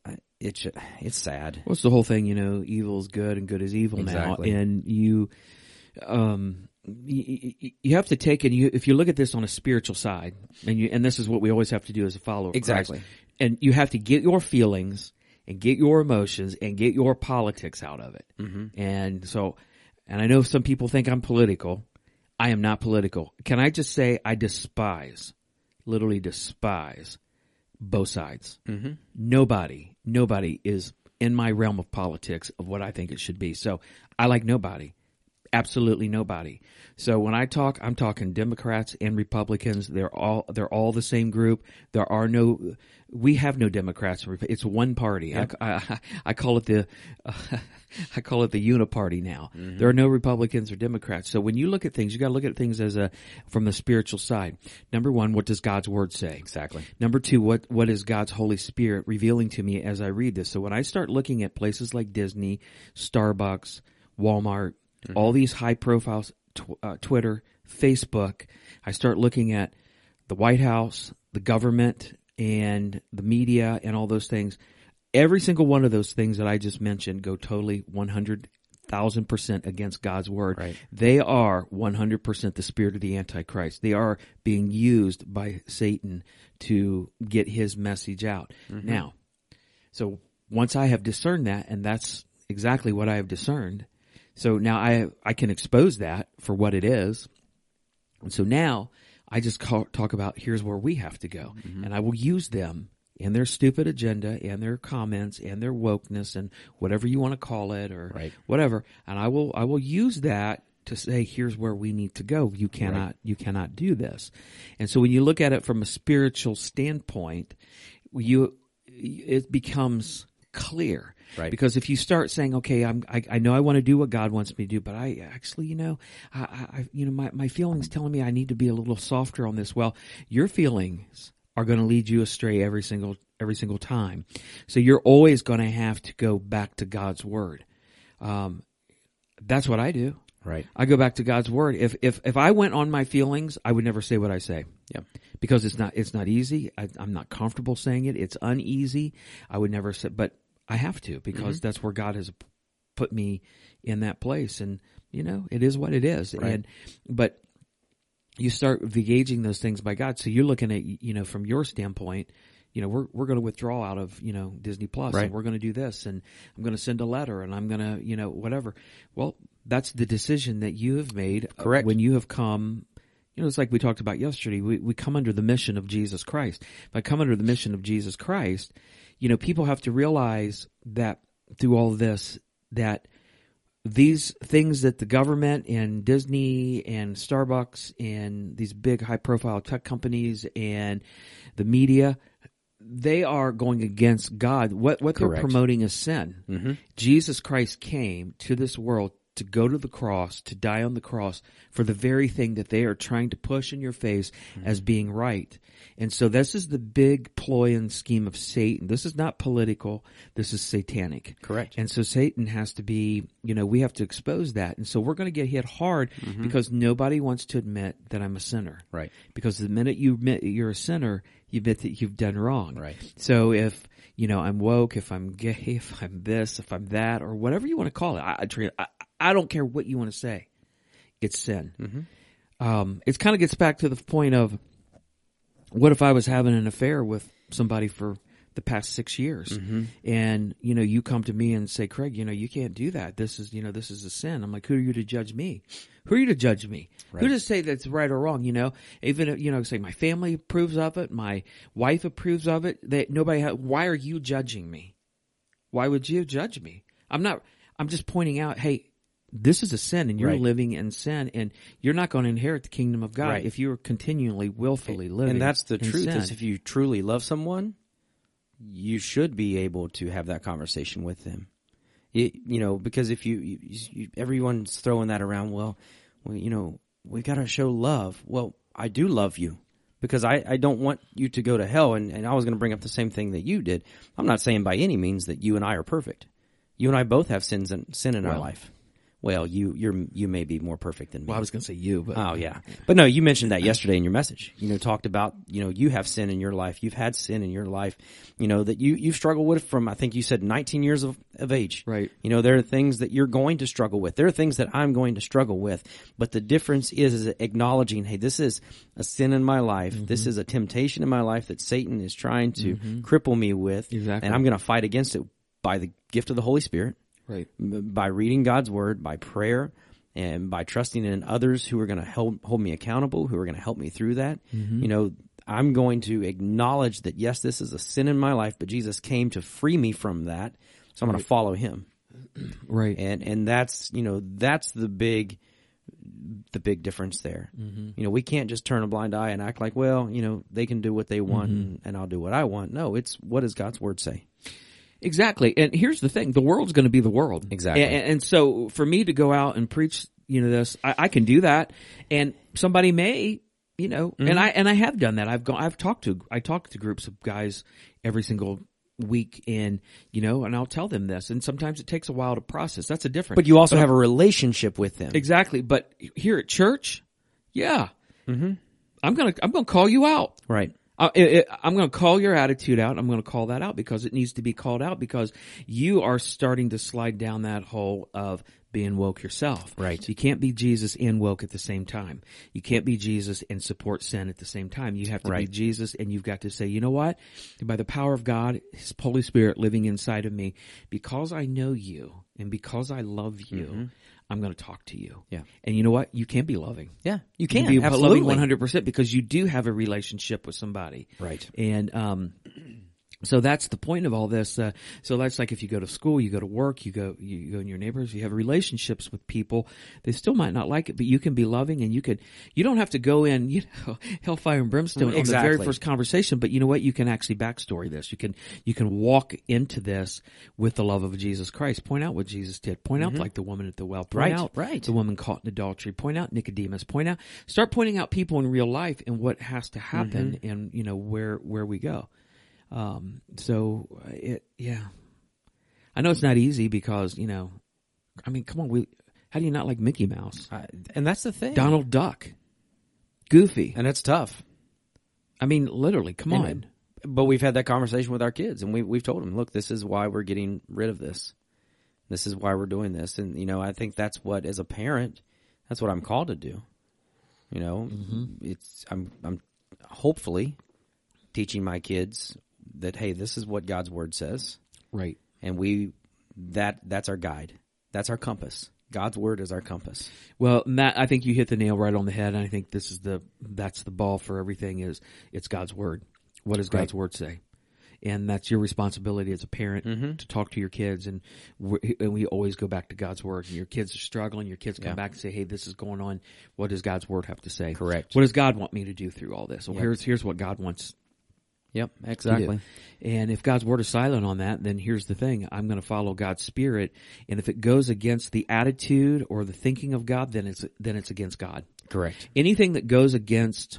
I- it's it's sad
What's the whole thing? You know, evil is good and good is evil
Exactly.
now, and you, um, you, you- you have to take and you if you look at this on a spiritual side and you and this is what we always have to do as a follower of Christ.
Exactly.
and you have to get your feelings and get your emotions and get your politics out of it mm-hmm. and so and i know some people think i'm political i am not political can i just say i despise literally despise both sides mm-hmm. nobody nobody is in my realm of politics of what i think it should be so i like nobody absolutely nobody. So when I talk, I'm talking Democrats and Republicans. They're all they're all the same group. There are no we have no Democrats. and Repu- It's one party. I- I, I, I call it the I call it the uniparty now. There are no Republicans or Democrats. So when you look at things, you got to look at things as a from the spiritual side. Number 1, what does God's word say?
Exactly.
Number two, what, what is God's Holy Spirit revealing to me as I read this? So when I start looking at places like Disney, Starbucks, Walmart, all these high profiles, tw- uh, Twitter, Facebook, I start looking at the White House, the government, and the media and all those things. Every single one of those things that I just mentioned go totally 100,000% against God's word.
Right.
They are 100% the spirit of the Antichrist. They are being used by Satan to get his message out. Now, so once I have discerned that, and that's exactly what I have discerned, so now I, I can expose that for what it is. And so now I just call, talk about here's where we have to go. And I will use them and their stupid agenda and their comments and their wokeness and whatever you want to call it or
Right.
whatever. And I will, I will use that to say, here's where we need to go. You cannot, you cannot do this. And so when you look at it from a spiritual standpoint, you, it becomes clear.
Right.
Because if you start saying, okay, I'm, I, I know I want to do what God wants me to do, but I actually, you know, I, I, I- you know, my, my feelings telling me I need to be a little softer on this. Well, your feelings are going to lead you astray every single, every single time. So you're always going to have to go back to God's word. Um, that's what I do.
Right.
I go back to God's word. If, if, if I went on my feelings, I would never say what I say
Yeah.
because it's not it's not easy. I, I'm not comfortable saying it. It's uneasy. I would never say, but I have to because
Mm-hmm.
that's where God has put me in that place, and you know it is what it is.
Right.
And but you start gauging those things by God. So you're looking at you know from your standpoint. You know, we're we're going to withdraw out of you know Disney Plus,
Right.
and we're going to do this, and I'm going to send a letter, and I'm going to you know whatever. Well, that's the decision that you have made. uh,
Correct.
When you have come, you know, it's like we talked about yesterday. We we come under the mission of Jesus Christ. If I come under the mission of Jesus Christ, you know, people have to realize that through all this that these things that the government and Disney and Starbucks and these big high profile tech companies and the media they are going against God. What what
Correct. Mm-hmm.
they're promoting is sin. Jesus Christ came to this world to go to the cross, to die on the cross for the very thing that they are trying to push in your face
Mm-hmm.
as being right. And so this is the big ploy and scheme of Satan. This is not political. This is satanic.
Correct.
And so Satan has to be, you know, we have to expose that. And so we're going to get hit hard because nobody wants to admit that I'm a sinner.
Mm-hmm. Right.
Because the minute you admit you're a sinner, you admit that you've done wrong.
Right.
So if, you know, I'm woke, if I'm gay, if I'm this, if I'm that, or whatever you want to call it, I, I, tra- I, I don't care what you want to say. It's sin.
Mm-hmm.
Um, it kind of gets back to the point of what if I was having an affair with somebody for the past six years
Mm-hmm.
and you know you come to me and say craig you know you can't do that this is you know this is a sin i'm like who are you to judge me who are you to judge me who to say that's right or wrong you know even if, you know say my family approves of it my wife approves of it that nobody ha- why are you judging me why would you judge me? I'm not, I'm just pointing out, hey, this is a sin and you're
Right.
living in sin and you're not going to inherit the kingdom of God
Right.
if you're continually willfully living.
and that's the
in
truth is
sin.
if you truly love someone you should be able to have that conversation with them you, you know because if you, you, you everyone's throwing that around well, well you know we've got to show love well i do love you because I, I don't want you to go to hell and, and i was going to bring up the same thing that you did i'm not saying by any means that you and i are perfect you and i both have sins and sin in our life Well, you you're you may be more perfect than me.
Well, I was going to say you, but
Oh yeah, but no, you mentioned that yesterday in your message. You know, talked about you know you have sin in your life. You've had sin in your life. You know that you you've struggled with from I think you said 19 years of, of age.
Right.
You know there are things that you're going to struggle with. There are things that I'm going to struggle with. But the difference is is acknowledging, hey, this is a sin in my life.
Mm-hmm.
This is a temptation in my life that Satan is trying to cripple me with.
Exactly.
And I'm going to fight against it by the gift of the Holy Spirit
right.
by reading God's word, by prayer, and by trusting in others who are going to help hold me accountable, who are going to help me through that. You know, I'm going to acknowledge that yes, this is a sin in my life, but Jesus came to free me from that. So I'm going to follow him.
Right.
And and that's, you know, that's the big the big difference there. You know, we can't just turn a blind eye and act like, well, you know, they can do what they want and, and I'll do what I want. No, it's what does God's word say?
Exactly. And here's the thing: the world's going to be the world.
Exactly.
And, and so, for me to go out and preach, you know, this, I, I can do that, and somebody may, you know, and I and I have done that. I've gone. I've talked to. I talk to groups of guys every single week, and you know, and I'll tell them this. And sometimes it takes a while to process. That's a difference.
But you also have a relationship with them.
exactly. But here at church, yeah, mm-hmm. I'm gonna I'm gonna call you out.
Right.
I, Uh, it, it- I'm going to call your attitude out. I'm going to call that out because it needs to be called out because you are starting to slide down that hole of being woke yourself.
Right.
You can't be Jesus and woke at the same time. You can't be Jesus and support sin at the same time. You have to be
Right.
Jesus and you've got to say, you know what? By the power of God, His Holy Spirit living inside of me, because I know you and because I love you, I'm going to talk to you.
Mm-hmm. Yeah.
And you know what? You can be loving.
Yeah,
You
you can
be
absolutely.
loving 100% because you do have a relationship with somebody.
Right.
And, um, so that's the point of all this. Uh, so that's like if you go to school, you go to work, you go, you go in your neighborhoods, you have relationships with people. They still might not like it, but you can be loving and you could, you don't have to go in, you know, hellfire and brimstone on the very
Exactly.
first conversation, but you know what? You can actually backstory this. You can, you can walk into this with the love of Jesus Christ. Point out what Jesus did. Point out like the woman at the well. Point
Mm-hmm. Right,
out
right.
the woman caught in adultery. Point out Nicodemus. Point out, start pointing out people in real life and what has to happen
Mm-hmm.
and, you know, where, where we go. Um, so uh, it, yeah, I know it's not easy because you know, I mean, come on, we, how do you not like Mickey Mouse,
Uh, and that's the thing.
Donald Duck, Goofy?
and it's tough.
I mean, literally, come on.
And- but we've had that conversation with our kids, and we we've told them, look, this is why we're getting rid of this. This is why we're doing this, and you know, I think that's what as a parent, that's what I'm called to do. You know,
Mm-hmm.
it's I'm I'm hopefully teaching my kids that hey, this is what God's word says.
right.
and we that that's our guide that's our compass god's word is our compass
Well, Matt, I think you hit the nail right on the head, and I think this is the that's the ball for everything. Is it's God's word. What does God's word say? And that's your responsibility as a parent to talk to your kids, and we, and we always go back to God's word. And your kids are struggling. Your kids come back and say, "Hey, this is going on. What does God's word have to say?
Correct.
What does God want me to do through all this? Well, here's here's what God wants
yep
to do. And if God's word is silent on that, then here's the thing. I'm going to follow God's spirit. And if it goes against the attitude or the thinking of God, then it's, then it's against God.
correct
Anything that goes against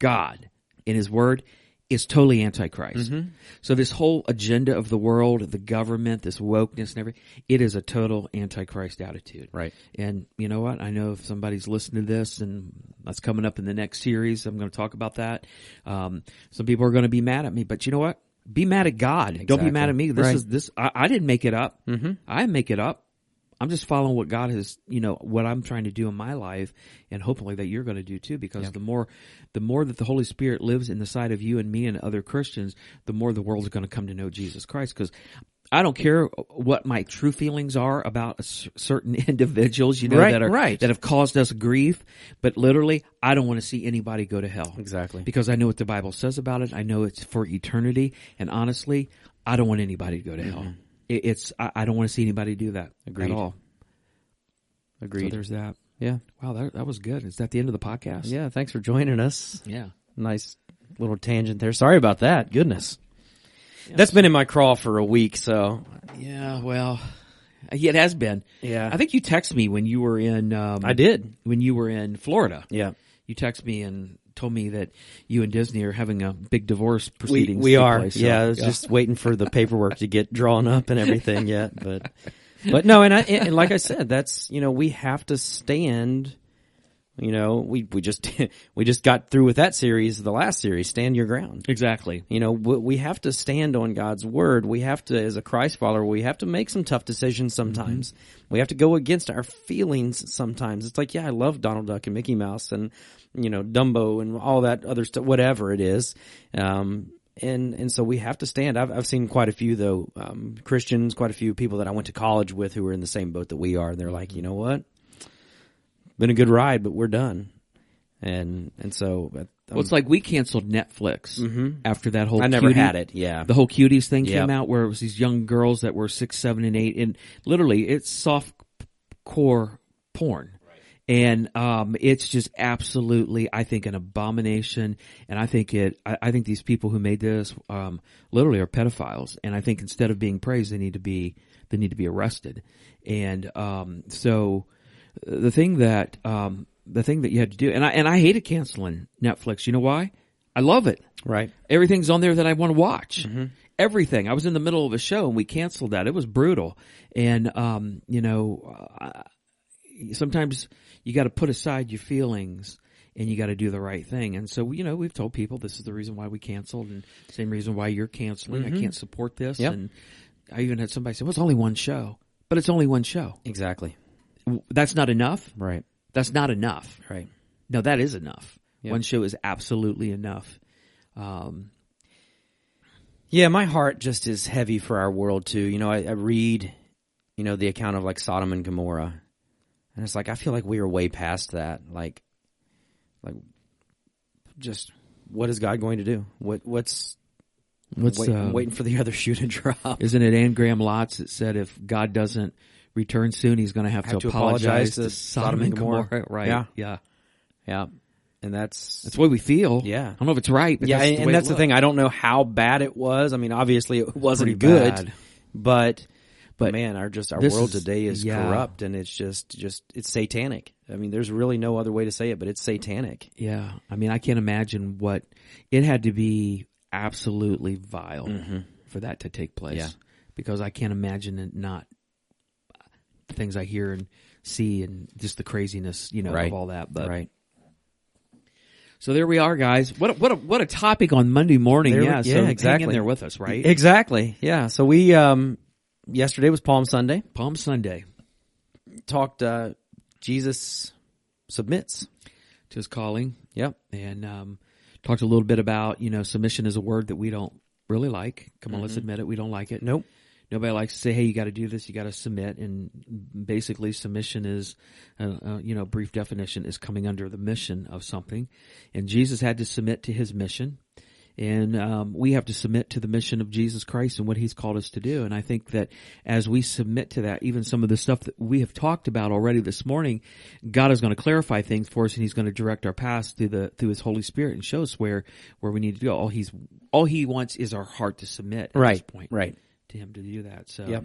God in his word is totally antichrist.
Mm-hmm.
So this whole agenda of the world, the government, this wokeness and everything, it is a total antichrist attitude.
Right.
And you know what? I know if somebody's listening to this and that's coming up in the next series, I'm going to talk about that. Um, some people are going to be mad at me, but you know what? Be mad at God. Don't be
Exactly.
mad at me. This
Right.
is this, I, I didn't make it up. Mm-hmm. I didn't make it up. I'm just following what God has, you know, what I'm trying to do in my life and hopefully that you're going to do too because the more the more that the Holy Spirit lives in the side of you and me and other Christians, the more the world's going to come to know Jesus Christ cuz I don't care what my true feelings are about a cer- certain individuals, you know,
Right,
that are
right.
that have caused us grief, but literally I don't want to see anybody go to hell.
Exactly.
Because I know what the Bible says about it. I know it's for eternity. And honestly, I don't want anybody to go to hell. It, it's, I, I don't want to see anybody do that
Mm-hmm. Agreed.
at all. So
agreed
there's that.
yeah
Wow, that, that was good. Is that the end of the podcast?
yeah thanks for joining us
Yeah.
nice little tangent there sorry about that goodness that's been in my crawl for a week so
Yeah. Well, yeah, it has been.
Yeah.
I think you text me when you were in, um,
i did
when you were in Florida.
yeah
You text me and told me that you and Disney are having a big divorce
we,
proceedings.
we
take
are
place, so-
yeah, I was just waiting for the paperwork to get drawn up and everything yet but But no, and I and and like I said, that's you know we have to stand. You know, we we just we just got through with that series, the last series, stand your ground.
Exactly.
You know, we, we have to stand on God's word. We have to, as a Christ follower, we have to make some tough
Mm-hmm.
decisions sometimes. We have to go against our feelings sometimes. It's like, yeah, I love Donald Duck and Mickey Mouse and, you know, Dumbo and all that other stuff, whatever it is. Um, and, and so we have to stand. I've, I've seen quite a few though, um, Christians, quite a few people that I went to college with who were in the same boat that we are. And they're like, you know what? Been a good ride, but we're done. And, and so, but, um,
Well, it's like we canceled Netflix after that whole.
Mm-hmm. I never
cutie-
had it. Yeah.
The whole cuties thing came
Yep.
out where it was these young girls that were six, seven, and eight, and literally it's soft core porn. And um, it's just absolutely, I think, an abomination. And I think it, I, I think these people who made this um, literally are pedophiles. And I think instead of being praised, they need to be, they need to be arrested. And um, so, uh, the thing that, um, the thing that you had to do, and I and I hated canceling Netflix. You know why? I love it.
Right.
Everything's on there that I want to watch.
Mm-hmm.
Everything. I was in the middle of a show and we canceled that. It was brutal. And, um, you know, uh, sometimes you got to put aside your feelings and you got to do the right thing. And so, you know, we've told people this is the reason why we canceled and same reason why you're canceling. I can't support this.
Mm-hmm. Yep.
And I even had somebody say, well, it's only one show, but it's only one show.
Exactly.
W- That's not enough.
Right.
That's not enough.
Right.
No, that is enough.
Yeah.
One show is absolutely enough. Um,
Yeah, my heart just is heavy for our world too. You know, I, I read, you know, the account of like Sodom and Gomorrah, and it's like I feel like we are way past that. Like, like, just what is God going to do? What what's uh,
what's,
wait,
um,
waiting for the other shoe to drop?
Isn't it Ann Graham Lotz that said if God doesn't return soon, he's going to have,
Have
to
to
apologize,
apologize
to
to
Sodom and Gomorrah? Right.
Yeah.
Yeah.
Yeah, and that's
That's what we feel.
Yeah.
I don't know if it's right, but
yeah,
that's
and,
the
and
way
that's
it
the
looked.
thing. I don't know how bad it was. I mean, obviously it wasn't
Pretty
good,
bad.
but
But
but man, our just our
this
world
is-
today is
yeah.
corrupt, and it's just just it's satanic. I mean, there's really no other way to say it, but it's satanic.
Yeah. I mean, I can't imagine what it had to be absolutely vile for that to take place.
Mm-hmm. Yeah.
Because I can't imagine it not the things I hear and see and just the craziness, you know,
Right.
of all that. But
right?
so there we are, guys. What a, what a, what a topic on Monday morning.
There we-
yeah.
yeah,
So hang in
exactly.
there with us, right?
Exactly. Yeah. So we um yesterday was Palm Sunday.
Palm Sunday.
Talked uh Jesus submits.
Just calling.
Yep.
and um, talked a little bit about you know submission is a word that we don't really like. Come on, let's admit it, we don't like it.
Nope.
Nobody likes to say, "Hey, you got to do this. You got to submit." And basically, submission is, uh, uh, you know, brief definition is coming under the mission of something, and Jesus had to submit to his mission, and um, we have to submit to the mission of Jesus Christ and what He's called us to do. And I think that as we submit to that, even some of the stuff that we have talked about already this morning, God is going to clarify things for us, and He's going to direct our paths through the through His Holy Spirit and show us where where we need to go. All He's all He wants is our heart to submit at this
Right.
point
Right.
to him to do that. So,
Yep.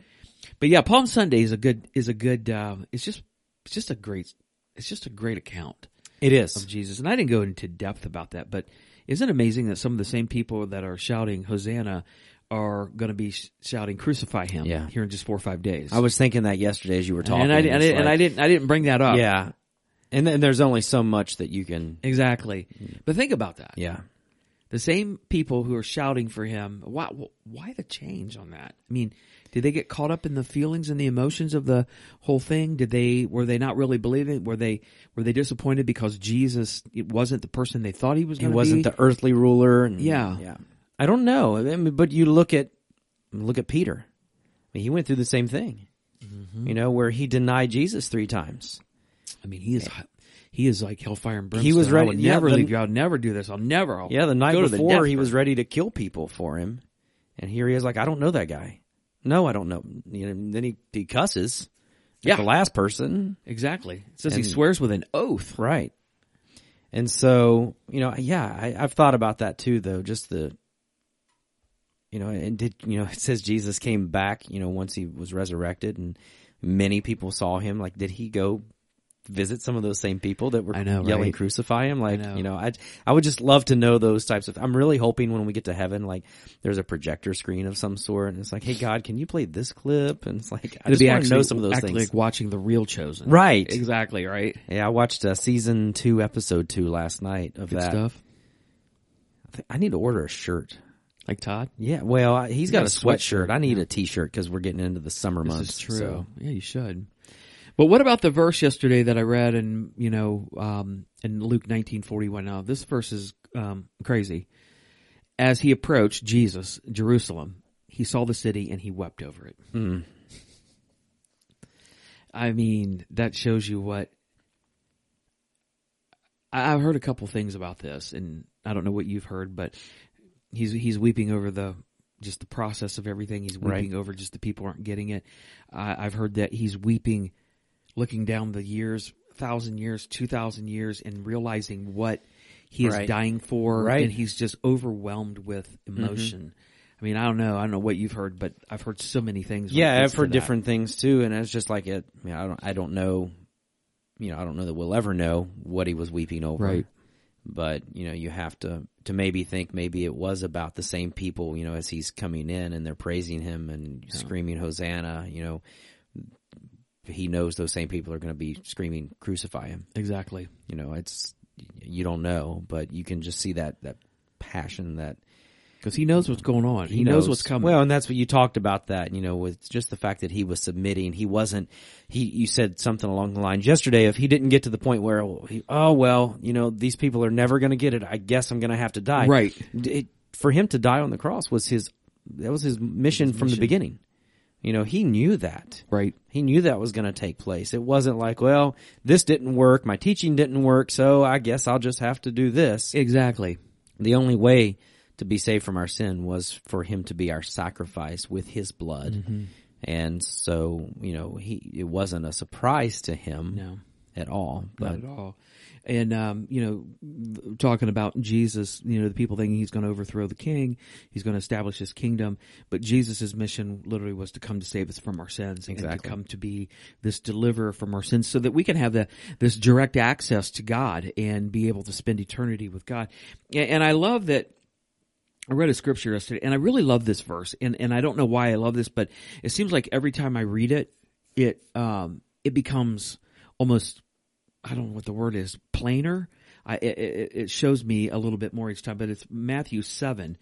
but yeah, Palm Sunday is a good is a good. Uh, it's just it's just a great it's just a great account
It is.
of Jesus. And I didn't go into depth about that, but isn't it amazing that some of the same people that are shouting Hosanna are going to be sh- shouting Crucify Him
Yeah.
here in just four or five days?
I was thinking that yesterday as you were talking.
and I, di- I
It's
didn't, and I
like-
didn't I didn't bring that up.
Yeah. And then there's only so much that you can.
exactly. But think about that.
Mm. Yeah.
The same people who are shouting for him. Why? Why the change on that? I mean, did they get caught up in the feelings and the emotions of the whole thing? Did they? Were they not really believing? Were they? Were they disappointed because Jesus it wasn't the person they thought he was?
He
gonna
wasn't
be?
the earthly ruler. And,
Yeah.
Yeah. I don't know. I mean, but you look at look at Peter. I mean, he went through the same thing.
Mm-hmm.
You know, where he denied Jesus three times.
I mean, he is. He is like hellfire and brimstone.
He was
I
ready-
will
yeah,
never
the-
leave you. I'll never do this. I'll never. I'll
Yeah, the night
go to
before
death
he
for
was
it."
ready to kill people for him, and here he is like, I don't know that guy. No, I don't know. You know. and Then he, he cusses. at
Yeah.
the last person.
Exactly. It says he
And-
swears with an oath.
Right. And so, you know, yeah, I, I've thought about that too, though. Just the, you know, and did, you know, it says Jesus came back, you know, once he was resurrected and many people saw him. Like, did he go visit some of those same people that were
I know,
yelling
right?
crucify him. Like,
know.
you know, I, I would just love to know those types of, I'm really hoping when we get to heaven, like there's a projector screen of some sort and it's like, Hey God, can you play this clip? And it's like, I
It'd
just
be
want to
actually
know some of those
act
things.
like watching the real Chosen.
right.
Exactly. Right.
Yeah. I watched uh, season two, episode two last night of
Good
that.
stuff.
I think- I need to order a shirt.
Like Todd.
Yeah, well, I, he's got,
got
a
a sweatshirt,
sweatshirt. I need a t-shirt because we're getting into the summer months.
This is true.
so-
Yeah, you should. But what about the verse yesterday that I read in you know um, in Luke nineteen forty one? Now this verse is um, crazy. As he approached Jesus Jerusalem, he saw the city and he wept over it. I mean, that shows you what. I- I've heard a couple things about this, and I don't know what you've heard, but he's he's weeping over the just the process of everything. He's
Right.
weeping over just the people aren't getting it. I I've heard that he's weeping, looking down the years, thousand years, two thousand years, and realizing what he is
Right.
dying for,
Right. Mm-hmm.
and he's just overwhelmed with emotion. I mean, I don't know. I don't know what you've heard, but I've heard so many things. when it
yeah,
comes
I've
to
heard
that.
different things too, and it's just like it. You know, I don't, I don't know. You know, I don't know that we'll ever know what he was weeping over.
Right.
But you know, you have to to maybe think maybe it was about the same people. You know, as he's coming in and they're praising him and screaming Hosanna. You know, he knows those same people are going to be screaming Crucify him.
Exactly.
you know it's you don't know but you can just see that that passion that
Because he knows what's going on. He, knows. what's coming.
well and that's what you talked about that you know with just the fact that he was submitting he wasn't he you said something along the lines yesterday if he didn't get to the point where well, he, oh well you know these people are never going to get it i guess i'm going to have to die
Right.
D- it, for him to die on the cross was his that was his mission from the beginning you know he knew that
right.
he knew that was going to take place. It wasn't like, well, this didn't work, my teaching didn't work, so I guess I'll just have to do this.
Exactly.
The only way to be saved from our sin was for him to be our sacrifice with his blood.
Mm-hmm.
And so, you know, he it wasn't a surprise to him
No.
at all. But
Not at all. And um, you know, talking about Jesus, you know, the people thinking he's going to overthrow the king, he's going to establish his kingdom, but Jesus' mission literally was to come to save us from our sins and to
Exactly.
come to be this deliverer from our sins so that we can have the this direct access to God and be able to spend eternity with God. And, and I love that I read a scripture yesterday and I really love this verse and, and I don't know why I love this, but it seems like every time I read it, it, um, it becomes almost, I don't know what the word is, plainer. I, it, it it shows me a little bit more each time, but it's Matthew 7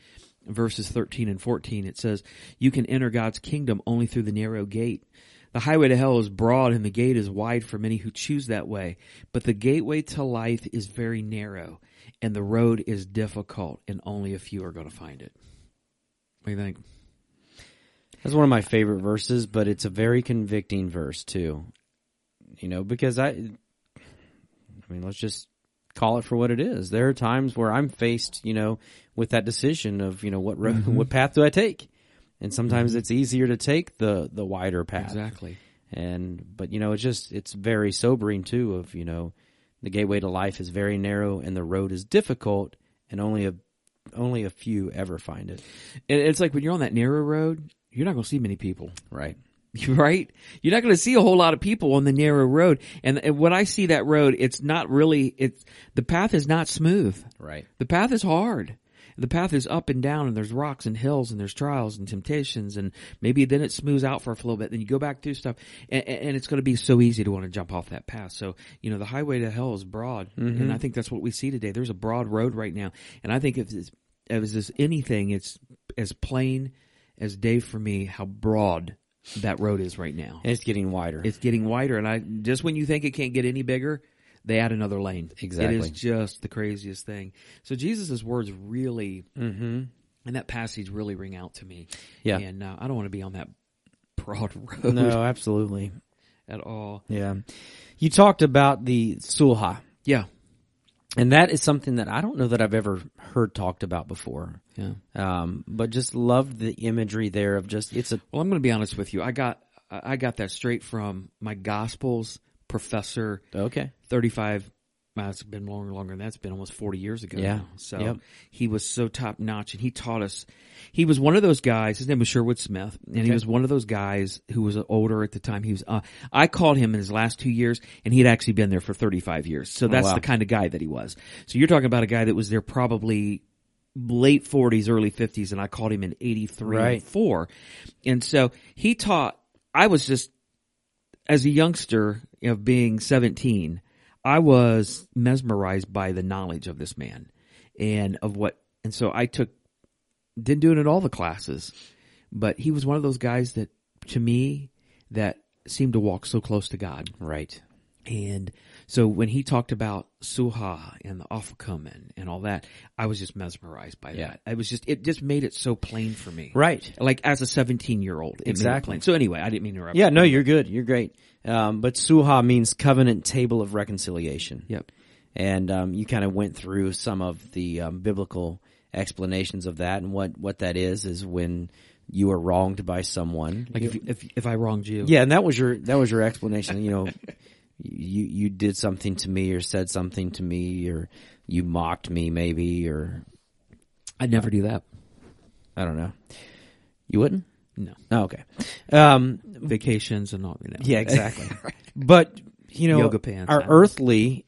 verses 13 and 14. It says, you can enter God's kingdom only through the narrow gate. The highway to hell is broad and the gate is wide for many who choose that way. But the gateway to life is very narrow and the road is difficult and only a few are going to find it. What do you think?
That's one of my favorite verses, but it's a very convicting verse too. You know, because I I mean, let's just call it for what it is. There are times where I'm faced, you know, with that decision of, you know, what road, what path do I take? And sometimes it's easier to take the the wider path.
Exactly.
And but you know, it's just it's very sobering too of, you know, the gateway to life is very narrow and the road is difficult and only a only a few ever find it.
And it's like when you're on that narrow road, you're not going to see many people.
Right.
right? You're not going to see a whole lot of people on the narrow road. And, and when I see that road, it's not really, it's, the path is not smooth.
Right.
The path is hard. The path is up and down and there's rocks and hills and there's trials and temptations and maybe then it smooths out for a little bit. Then you go back through stuff and, and it's going to be so easy to want to jump off that path. So, you know, the highway to hell is broad and I think that's what we see today. There's a broad road right now. And I think if it's, if there's anything, it's as plain as day for me how broad that road is right now.
And it's getting wider.
It's getting wider, and I just when you think it can't get any bigger, they add another lane.
Exactly.
it is just the craziest thing. So Jesus' words really, and that passage really ring out to me.
Mm-hmm. Yeah.
and uh, I don't want to be on that broad road
No, absolutely.
at all.
Yeah. You talked about the sulha,
Yeah,
and that is something that I don't know that I've ever heard talked about before.
yeah.
Um, but just loved the imagery there of just it's a
Well, I'm going to be honest with you. I got I I got that straight from my Gospels professor
okay.
35 Well, it's been longer, longer than that. It's been almost 40 years ago.
Yeah.
now. So
Yep.
he was so top notch and he taught us. He was one of those guys. His name was Sherwood Smith and he was one of those guys who was older at the time. He was, uh, I called him in his last two years and he'd actually been there for 35 years. So that's
Oh, wow.
the kind of guy that he was. So you're talking about a guy that was there probably late 40s, early 50s, and I called him in 83
Right.
and 4. And so he taught, I was just, as a youngster of being 17, I was mesmerized by the knowledge of this man and of what, and so I took, didn't do it in all the classes, but he was one of those guys that, to me, that seemed to walk so close to God.
Right.
And so when he talked about Suha and the Ofakumen and all that, I was just mesmerized by
Yeah.
that. I was just, it just made it so plain for me.
Right.
Like as a 17 year old.
Exactly.
So anyway, I didn't mean to interrupt.
Yeah, no, you're good. You're great. Um, but Suha means covenant table of reconciliation.
Yep.
And um, you kind of went through some of the um, biblical explanations of that, and what what that is is when you are wronged by someone.
Like if, if, if I wronged you.
yeah, and that was your that was your explanation. You know, you you did something to me, or said something to me, or you mocked me, maybe, or
I'd never do that.
I don't know. You wouldn't?
No.
Oh, okay. Um,
Vacations and all, you know.
Yeah, exactly. but you know,
Yoga pants,
our
I don't know.
earthly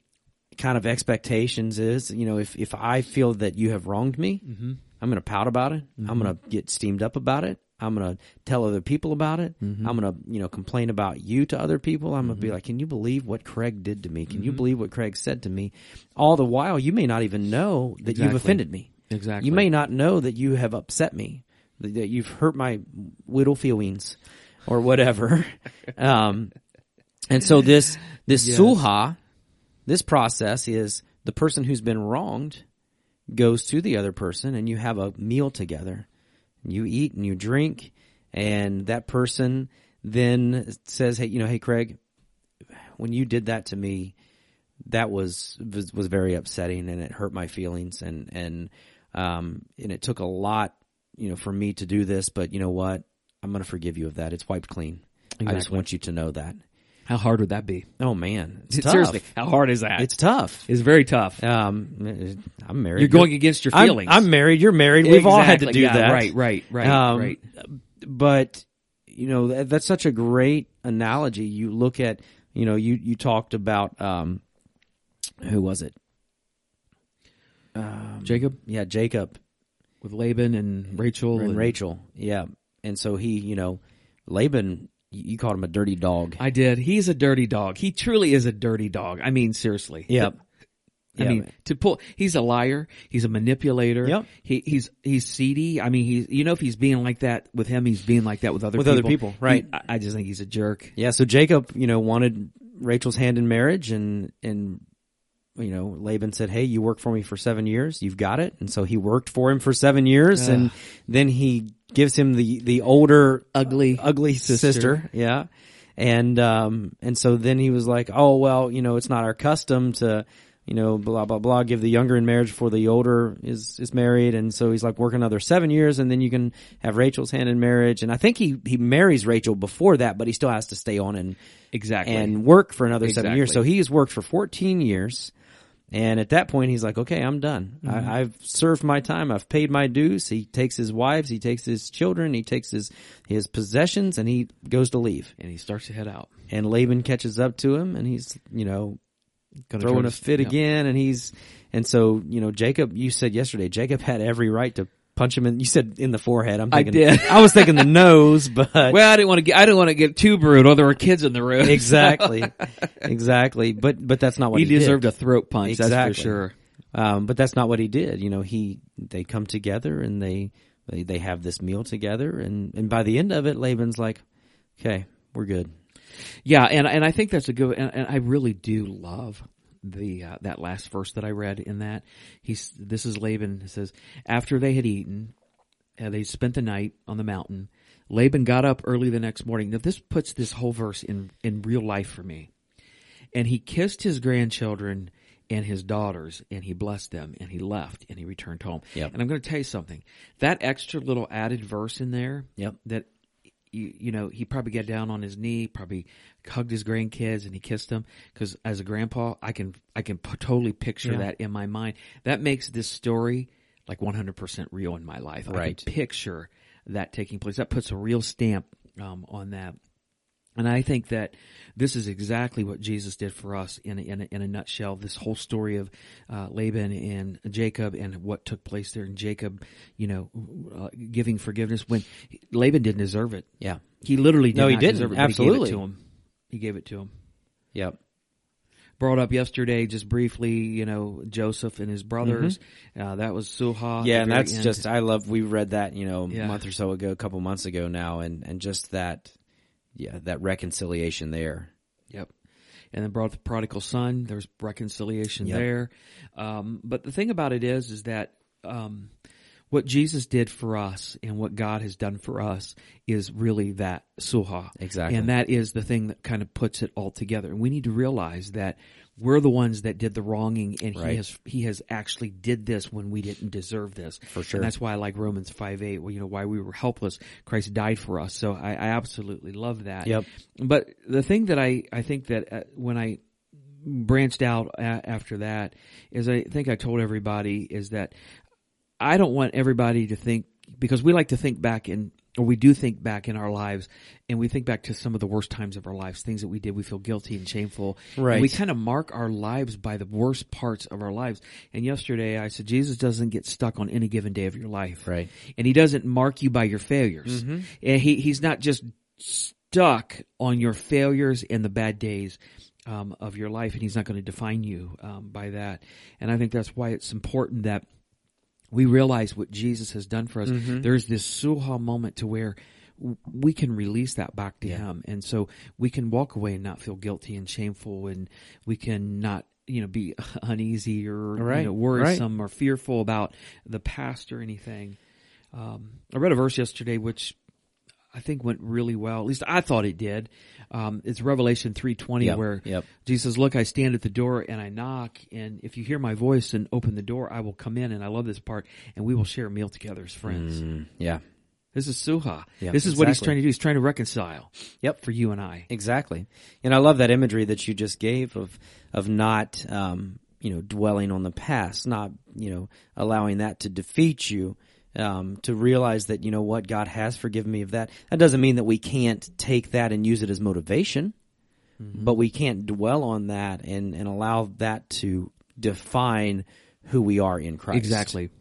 kind of expectations is, you know, if if I feel that you have wronged me,
Mm-hmm.
I'm going to pout about it. I'm going to get steamed up about it. I'm going to tell other people about it.
Mm-hmm.
I'm going to, you know, complain about you to other people. I'm going to be like, "Can you believe what Craig did to me? Can
Mm-hmm.
you believe what Craig said to me?" All the while, you may not even know that you've
Exactly.
offended me.
Exactly.
You may not know that you have upset me, that that you've hurt my little feelings, or whatever. um, and so this this sulha, this process is the person who's been wronged goes to the other person, and you have a meal together. You eat and you drink, and that person then says, "Hey, you know, hey, Craig, when you did that to me, that was was, was very upsetting and it hurt my feelings and and um and it took a lot you know for me to do this but you know what i'm going to forgive you of that it's wiped clean i just
Exactly.
want you to know that
How hard would that be?
oh man it's tough.
Seriously, how hard is that?
it's tough
it's very tough.
um i'm married
You're going against your
I'm-
feelings.
I'm, married you're married we've all had to
Exactly.
do
Yeah,
that
Right, right, right,
Um,
right.
but you know that, that's such a great analogy you look at you know you you talked about um who was it
Um, Jacob
yeah jacob
with Laban and Rachel
and Rachel. Yeah, and so he, you know, Laban, you you called him a dirty dog.
I did. He's a dirty dog. He truly is a dirty dog. I mean, seriously.
Yep.
I
Yeah.
mean, to pull, he's a liar. He's a manipulator.
Yep.
He, he's, he's seedy. I mean, he's, you know, if he's being like that with him, he's being like that with other
With
people.
other people, right.
He- I, I just think he's a jerk.
yeah. So Jacob, you know, wanted Rachel's hand in marriage, and and you know, Laban said, "Hey, you worked for me for seven years. You've got it." And so he worked for him for seven years, and then he gives him the the older uh,
Ugly.
ugly sister. Yeah. And um and so then he was like, "Oh, well, you know, it's not our custom to, you know, blah blah blah give the younger in marriage before the older is is married." And so he's like, "Work another 7 years and then you can have Rachel's hand in marriage." And I think he he marries Rachel before that, but he still has to stay on and
Exactly.
and work for another 7 years. So
Exactly.
he has worked for 14 years. And at that point, he's like, okay, I'm done.
Mm-hmm.
I, I've served my time. I've paid my dues. He takes his wives. He takes his children. He takes his, his possessions and he goes to leave.
and he starts to head out.
And Laban catches up to him and he's, you know,
Gonna
throwing
try
a
to-
fit
yeah.
again. And he's, and so, you know, Jacob, you said yesterday, Jacob had every right to punch him in, you said in the forehead. I'm
I
thinking,
did.
I was thinking the nose, but
Well, I didn't want to get, I didn't want to get too brutal. There were kids in the room.
exactly, exactly. But, but that's not what
he
he, did.
deserved a throat punch. That's
Exactly.
for sure.
Um, but that's not what he did. You know, he they come together and they they, they have this meal together, and and by the end of it, Laban's like, "Okay, we're good."
Yeah, and and I think that's a good, and, and I really do love the uh, that last verse that I read in that. He's this is Laban it says after they had eaten, uh, they spent the night on the mountain. Laban got up early the next morning. Now this puts this whole verse in in real life for me, and he kissed his grandchildren and his daughters and he blessed them and he left and he returned home
Yep.
and i'm going to tell you something that extra little added verse in there
Yep.
that you, you know, he probably got down on his knee, probably hugged his grandkids and he kissed them. Cause as a grandpa, I can, I can p- totally picture
Yeah.
that in my mind. That makes this story like 100% real in my life.
Right.
I can picture that taking place. That puts a real stamp, um, on that. And I think that this is exactly what Jesus did for us in a, in a, in a nutshell. This whole story of uh, Laban and Jacob and what took place there, and Jacob, you know, uh, giving forgiveness when Laban didn't deserve it.
Yeah.
He literally did
No, he
not
didn't.
deserve it. but
Absolutely.
he gave it to him. He gave it to him.
Yep.
Brought up yesterday, just briefly, you know, Joseph and his brothers. Uh, that was Suha. at
Mm-hmm. yeah
the
and
very
that's
end.
just i love we read that you know
Yeah.
a month or so ago a couple months ago now and and just that yeah that reconciliation there
Yep. And then brought the prodigal son. There's reconciliation
Yep.
there. Um, but the thing about it is, is that um, what Jesus did for us and what God has done for us is really that suha.
Exactly.
And that is the thing that kind of puts it all together. And we need to realize that we're the ones that did the wronging and
Right.
he has he has actually did this when we didn't deserve this. For
sure.
And that's why I like Romans five eight, well, you know, why we were helpless. Christ died for us. So I, I absolutely love that.
Yep.
But the thing that I, I think that uh, when I branched out a- after that is I think I told everybody is that I don't want everybody to think because we like to think back in or we do think back in our lives and we think back to some of the worst times of our lives, things that we did, we feel guilty and shameful.
Right.
And we kind of mark our lives by the worst parts of our lives. And yesterday I said Jesus doesn't get stuck on any given day of your life.
Right.
And he doesn't mark you by your failures. And he, he's not just stuck on your failures and the bad days um, of your life. And he's not going to define you um, by that. And I think that's why it's important that we realize what Jesus has done for us.
Mm-hmm.
There's this suha moment to where w- we can release that back to him. And so we can walk away and not feel guilty and shameful and we can not, you know, be uneasy or
Right,
you know, worrisome or fearful about the past or anything. Um, I read a verse yesterday, which I think went really well. At least I thought it did. Um, it's Revelation three twenty
Yep,
where
yep.
Jesus says, "Look, I stand at the door and I knock, and if you hear my voice and open the door, I will come in." And I love this part, and we will share a meal together as friends.
yeah
This is suha.
Mm. Yeah,
this is what he's
exactly.
trying to do. He's trying to reconcile.
Yep.
for you and I.
exactly and i love that imagery that you just gave of of not um you know dwelling on the past not you know allowing that to defeat you um, to realize that you know what God has forgiven me of that. That doesn't mean that we can't take that and use it as motivation.
Mm-hmm.
but we can't dwell on that and, and allow that to define who we are in Christ.
Exactly.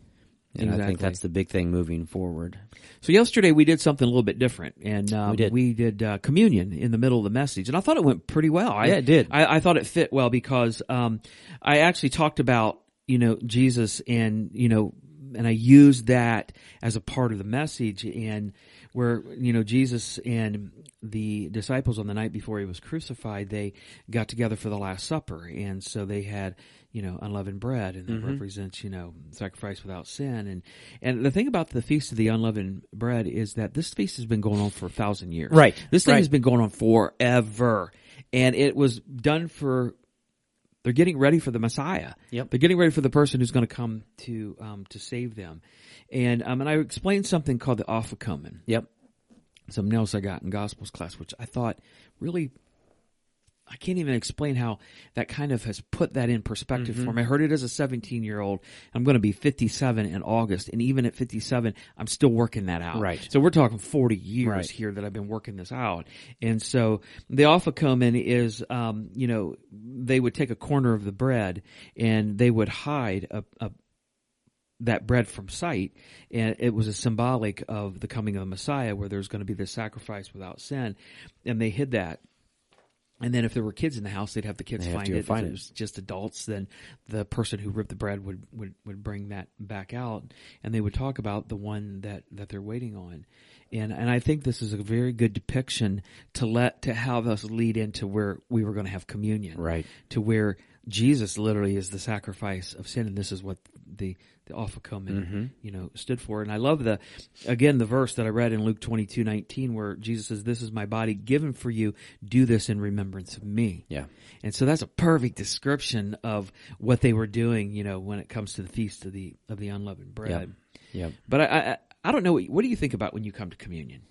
And I think
Exactly.
that's the big thing moving forward.
So yesterday we did something a little bit different, and um,
We did.
uh, communion in the middle of the message, and I thought it went pretty well. I,
Yeah, it did.
I, I thought it fit well because um, I actually talked about you know Jesus and you know, and I used that as a part of the message, and where you know Jesus and the disciples on the night before he was crucified, they got together for the Last Supper, and so they had you know unleavened bread, and
Mm-hmm.
that represents you know sacrifice without sin, and and the thing about the feast of the unleavened bread is that this feast has been going on for a thousand years,
Right,
This thing
right.
has been going on forever, and it was done for they're getting ready for the Messiah.
Yep.
They're getting ready for the person who's going to come to um, to save them. And um, and I explained something called the Offakumen,
Yep.
something else I got in Gospels class, which I thought really. I can't even explain how that kind of has put that in perspective
Mm-hmm.
for me. I heard it as a 17 year old. I'm going to be 57 in August. And even at 57, I'm still working that out.
Right.
So we're talking 40 years
Right.
here that I've been working this out. And so the alphacomen is, um, you know, they would take a corner of the bread and they would hide a, a that bread from sight, and it was a symbolic of the coming of the Messiah, where there's going to be this sacrifice without sin, and they hid that. And then if there were kids in the house, they'd have the kids
They have
find
to
it.
go find
if
it.
it was just adults, then the person who ripped the bread would, would, would bring that back out and they would talk about the one that, that they're waiting on. And, and I think this is a very good depiction to let, to have us lead into where we were going to have communion.
Right.
To where Jesus literally is the sacrifice of sin. And this is what the, the Officum,
Mm-hmm.
you know, stood for. And I love the, again, the verse that I read in Luke twenty two nineteen, where Jesus says, this is my body given for you. Do this in remembrance of me.
Yeah.
And so that's a perfect description of what they were doing, you know, when it comes to the feast of the of the unleavened bread.
Yep.
But I, I I don't know what, what do you think about when you come to communion?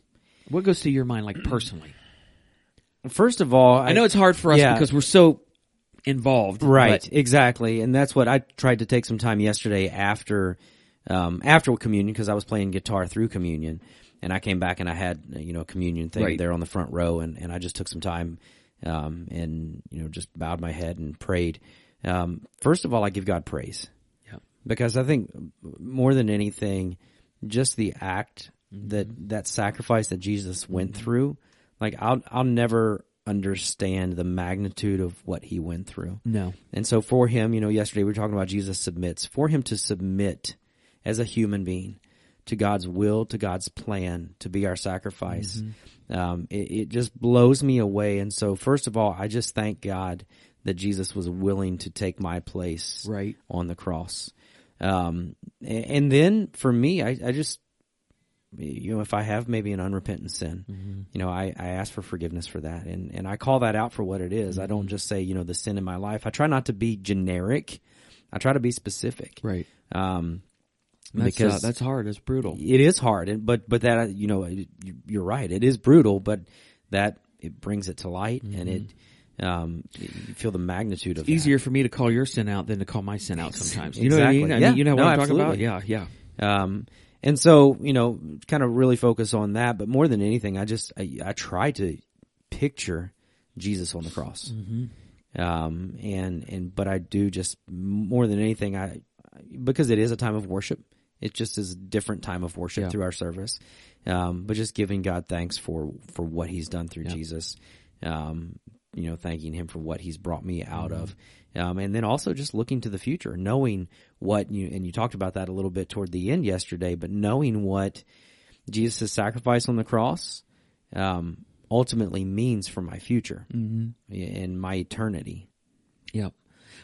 What goes through your mind, like personally?
First of all,
I know it's hard for us
Yeah.
because we're so involved.
Right,
but-
exactly, and that's what I tried to take some time yesterday after, um, after communion because I was playing guitar through communion, and I came back and I had you know a communion thing
Right.
there on the front row, and and I just took some time, um, and you know just bowed my head and prayed. Um, first of all, I give God praise
Yep.
because I think more than anything, just the act
Mm-hmm.
that that sacrifice that Jesus went through, like I'll I'll never understand the magnitude of what he went through.
No.
And so for him, you know, yesterday we were talking about Jesus submits. For him to submit as a human being to God's will, to God's plan, to be our sacrifice, um, it, it just blows me away. And so, first of all, I just thank God that Jesus was willing to take my place
Right.
on the cross. Um, a- and then for me, I, I just, you know, if I have maybe an unrepentant sin,
Mm-hmm.
you know, I, I ask for forgiveness for that. And, and I call that out for what it is.
Mm-hmm.
I don't just say, you know, the sin in my life. I try not to be generic. I try to be specific.
Right.
Um,
That's,
because
uh, that's hard. That's brutal.
it is hard. And, but, but that, you know, you- you're right. It is brutal, but that it brings it to light
Mm-hmm.
and it, um, you feel the magnitude of that.
Easier for me to call your sin out than to call my sin out sometimes. You know what I mean?
Exactly.
I
Yeah.
mean, you know what
No,
I'm talking about?
absolutely.
Yeah, yeah.
Um, and so, you know, kind of really focus on that. But more than anything, I just, I, I try to picture Jesus on the cross. Um, and, and, but I do just more than anything, I, because it is a time of worship. It just is a different time of worship
Yeah.
through our service. Um, but just giving God thanks for, for what he's done through Jesus. Um, you know, thanking him for what he's brought me out of. Um, and then also just looking to the future, knowing what you, and you talked about that a little bit toward the end yesterday, but knowing what Jesus' sacrifice on the cross, um, ultimately means for my future
Mm-hmm.
and my eternity.
Yep.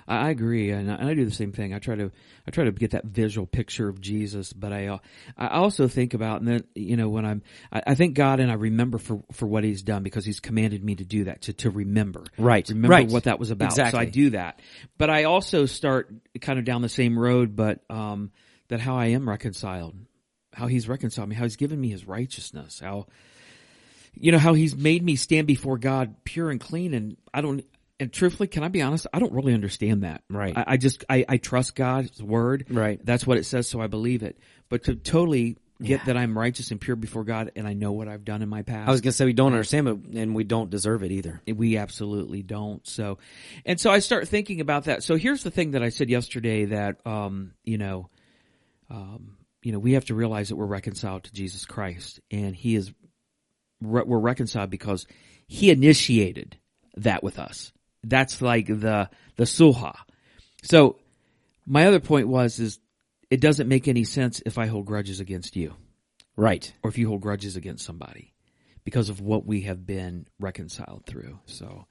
I I agree, and I, and I do the same thing. I try to I try to get that visual picture of Jesus, but I uh, I also think about and then you know when I'm I, I thank God and I remember for for what He's done because He's commanded me to do that to to remember
Right,
remember
right.
what that was about. So I
Exactly.
do that, but I also start kind of down the same road, but um that how I am reconciled, how He's reconciled me, how He's given me His righteousness, how you know how he's made me stand before God pure and clean and I don't and truthfully, can I be honest? I don't really understand that.
Right.
I, I just I, I trust God's word.
Right.
That's what it says, so I believe it. But to totally get that I'm righteous and pure before God and I know what I've done in my past.
I was going to say we don't understand it and we don't deserve it either.
we absolutely don't. So and so I start thinking about that. So here's the thing that I said yesterday that um, you know, um, you know, we have to realize that we're reconciled to Jesus Christ and he is re- we're reconciled because he initiated that with us. That's like the the suha. So my other point was is it doesn't make any sense if I hold grudges against you
Right.
or if you hold grudges against somebody because of what we have been reconciled through. So,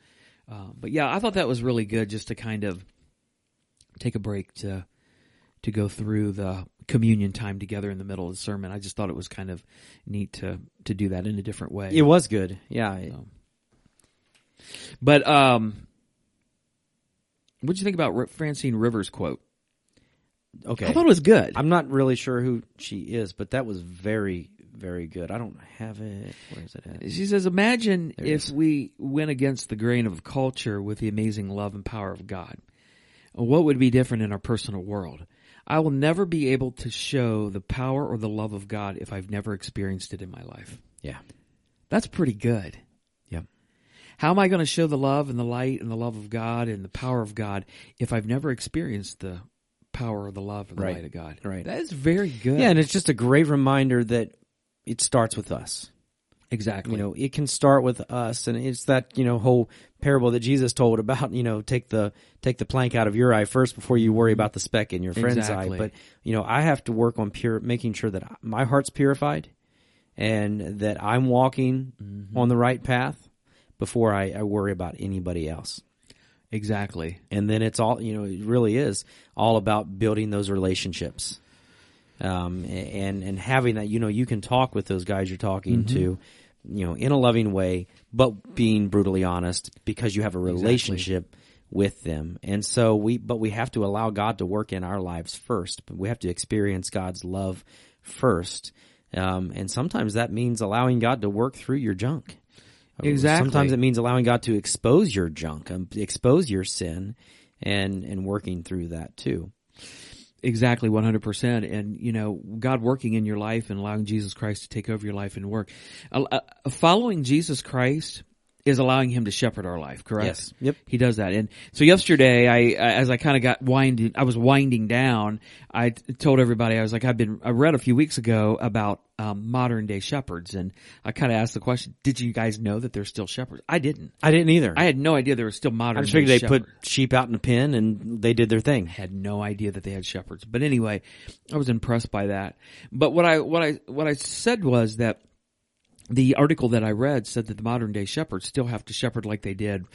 um, but yeah, I thought that was really good just to kind of take a break to to go through the communion time together in the middle of the sermon. I just thought it was kind of neat to to do that in a different way.
It was good. Yeah.
But um, what did you think about Ri- Francine Rivers' quote?
Okay.
I thought it was good.
I'm not really sure who she is, but that was very, very good. I don't have it. Where is it at?
She says, imagine
it
if we went against the grain of culture with the amazing love and power of God. What would be different in our personal world? I will never be able to show the power or the love of God if I've never experienced it in my life.
Yeah.
That's pretty good.
Yep.
How am I going to show the love and the light and the love of God and the power of God if I've never experienced the power or the love or the
Right.
light of God?
Right.
That is very good.
Yeah. And it's just a great reminder that it starts with us.
exactly.
You know, it can start with us. And it's that, you know, whole parable that Jesus told about, you know, take the, take the plank out of your eye first before you worry about the speck in your friend's
Exactly.
eye. But, you know, I have to work on pure, making sure that my heart's purified and that I'm walking
Mm-hmm.
on the right path before I, I worry about anybody else.
exactly.
and then it's all you know it really is all about building those relationships um, and and having that you know you can talk with those guys you're talking to you know in a loving way but being brutally honest because you have a relationship with them and so we but we have to allow god to work in our lives first but we have to experience god's love first Um, and sometimes that means allowing God to work through your junk.
Exactly.
Sometimes it means allowing God to expose your junk, um, expose your sin, and and working through that too.
Exactly, 100%. And, you know, God working in your life and allowing Jesus Christ to take over your life and work. Uh, uh, following Jesus Christ is allowing him to shepherd our life, correct?
Yes. Yep.
He does that. And so yesterday, I, as I kind of got winding, I was winding down, I t- told everybody, I was like, I've been, I read a few weeks ago about um, modern day shepherds and I kind of asked the question, did you guys know that there's still shepherds? I didn't.
I didn't either.
I had no idea there was still modern
I just figured
day
they
shepherd.
put sheep out in a pen and they did their thing.
had no idea that they had shepherds. But anyway, I was impressed by that. But what I what I what I said was that the article that I read said that the modern day shepherds still have to shepherd like they did,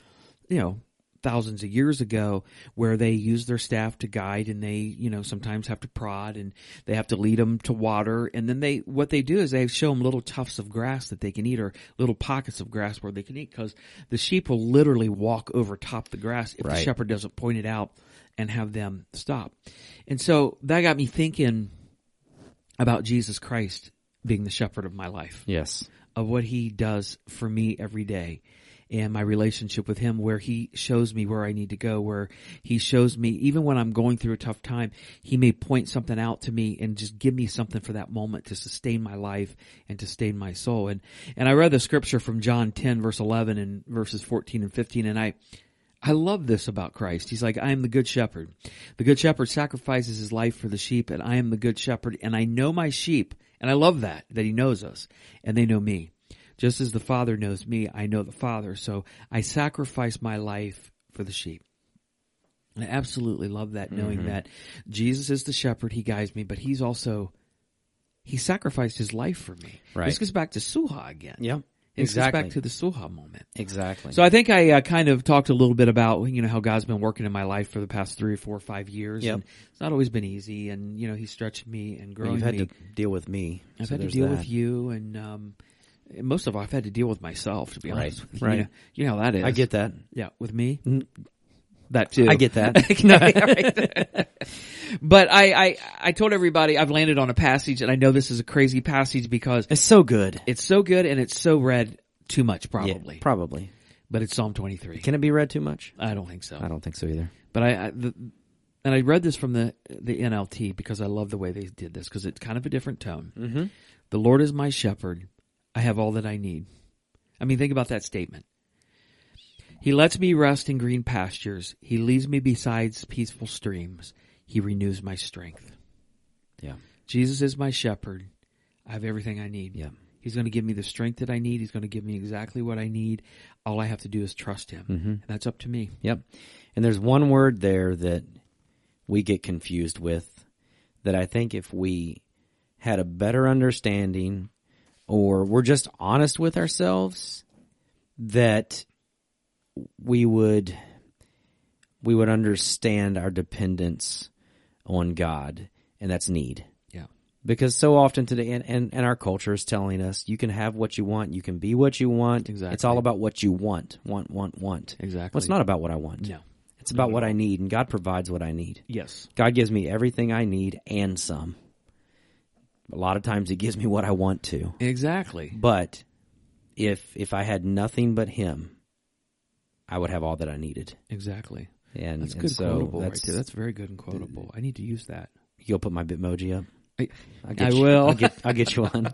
you know, thousands of years ago, where they use their staff to guide and they, you know, sometimes have to prod and they have to lead them to water. And then they, what they do is they show them little tufts of grass that they can eat or little pockets of grass where they can eat because the sheep will literally walk over top the grass if the
Right.
shepherd doesn't point it out and have them stop. And so that got me thinking about Jesus Christ being the shepherd of my life
Yes.
of what he does for me every day and my relationship with him where he shows me where I need to go, where he shows me, even when I'm going through a tough time, he may point something out to me and just give me something for that moment to sustain my life and to sustain my soul. And, and I read the scripture from John 10 verse 11 and verses 14 and 15 and I, I love this about Christ. He's like, I am the good shepherd. The good shepherd sacrifices his life for the sheep and I am the good shepherd and I know my sheep. And I love that, that he knows us and they know me. Just as the father knows me, I know the father. So I sacrifice my life for the sheep. And I absolutely love that knowing
Mm-hmm.
that Jesus is the shepherd. He guides me, but he's also, he sacrificed his life for me.
Right.
This goes back to Suha again.
Yeah.
This
Exactly.
goes back to the Suha moment.
Exactly.
So I think I uh, kind of talked a little bit about you know how God's been working in my life for the past three or four or five years.
Yep.
And it's not always been easy, and you know He stretched me and growing
you've had
me.
to deal with me.
I've
So
had to
there's
deal
that.
with you, and um, and most of all, I've had to deal with myself. To be
Right.
honest, with you.
Right.
You know, you know how that is.
I get that.
Yeah, with me,
Mm.
that too.
I get that.
Okay, all right. but I, I, I told everybody I've landed on a passage, and I know this is a crazy passage because
It's so good.
it's so good and it's so read too much,
Yeah,
probably.
probably.
but it's Psalm twenty three.
Can it be read too much?
I don't think so.
I don't think so either.
but I, I the, and I read this from the the NLT because I love the way they did this because it's kind of a different tone. Mm-hmm. The Lord is my shepherd; I have all that I need. I mean, think about that statement. He lets me rest in green pastures. He leads me beside peaceful streams. He renews my strength.
Yeah.
Jesus is my shepherd. I have everything I need.
Yeah.
He's going to give me the strength that I need. He's going to give me exactly what I need. All I have to do is trust him. And that's up to me.
Yep. And there's one word there that we get confused with that I think if we had a better understanding or we're just honest with ourselves that we would we would understand our dependence on God and that's need
Yeah.
because so often today and, and, and our culture is telling us you can have what you want you can be what you want it's
Exactly.
all about what you want want want want
Exactly.
well, it's not about what i want
No.
it's about what i need and god provides what i need
Yes.
god gives me everything i need and some a lot of times he gives me what i want to
Exactly.
but if if i had nothing but him i would have all that i needed
Exactly.
and,
That's
and
good
so
quotable
that's,
right there. That's very good and quotable. I need to use that.
you'll put my bitmoji up
I,
I'll get
I
you-
will.
I'll get, I'll get you one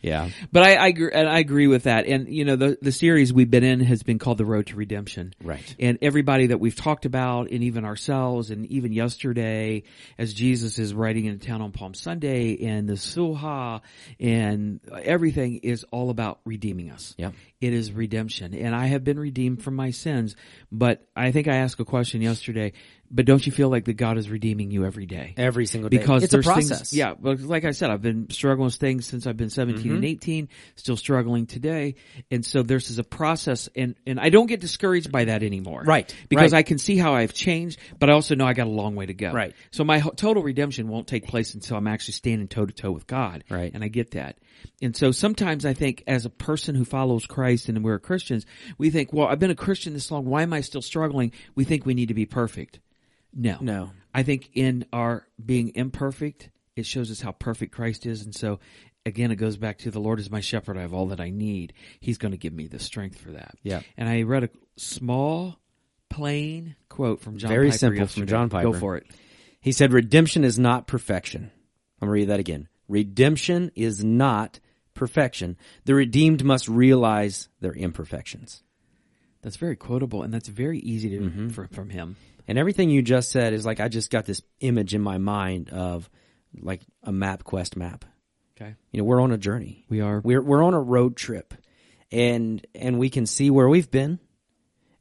yeah
But I, I agree, and I agree with that. And you know, the the series we've been in has been called "The Road to Redemption."
Right.
And everybody that we've talked about, and even ourselves, and even yesterday, as Jesus is riding into town on Palm Sunday, and the Suha, and everything is all about redeeming us.
Yep.
It is redemption, and I have been redeemed from my sins. But I think I asked a question yesterday. But don't you feel like that God is redeeming you every day?
every single day
because
it's a
there's things-
process
yeah, but like I said, I've been struggling with things since I've been 17
Mm-hmm.
and 18, still struggling today. And so this is a process and, and I don't get discouraged by that anymore.
Right,
Because
right.
I can see how I've changed, but I also know I got a long way to go.
Right.
So my ho- total redemption won't take place until I'm actually standing toe to toe with God.
Right.
And I get that. And so sometimes I think as a person who follows Christ and we're Christians, we think, well, I've been a Christian this long. Why am I still struggling? We think we need to be perfect. No.
No.
I think in our being imperfect, it shows us how perfect Christ is. And so again, it goes back to the Lord is my shepherd. I have all that I need. He's going to give me the strength for that.
Yeah.
And I read a small, plain quote from John
Very
Piper
simple from
yesterday.
John Piper.
Go for it.
He said, Redemption is not perfection. I'm going to read that again. Redemption is not perfection. The redeemed must realize their imperfections.
That's very quotable, and that's very easy to
Mm-hmm.
from, from him.
And everything you just said is like, I just got this image in my mind of like a map quest map.
Okay.
You know, we're on a journey.
We are.
We're, we're on a road trip and, and we can see where we've been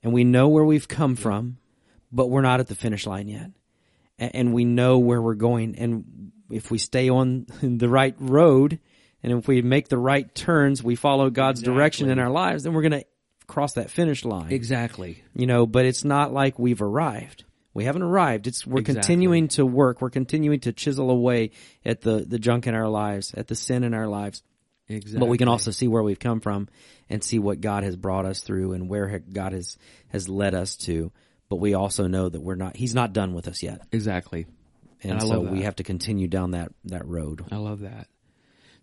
and we know where we've come from, but we're not at the finish line yet. And, and we know where we're going. And if we stay on the right road and if we make the right turns, we follow God's direction in our lives, then we're going to cross that finish line
Exactly.
you know but it's not like we've arrived we haven't arrived it's we're
Exactly.
continuing to work we're continuing to chisel away at the the junk in our lives at the sin in our lives
Exactly.
but we can also see where we've come from and see what god has brought us through and where ha- god has has led us to but we also know that we're not he's not done with us yet
Exactly.
and,
And I
so
love that.
we have to continue down that that road
I love that.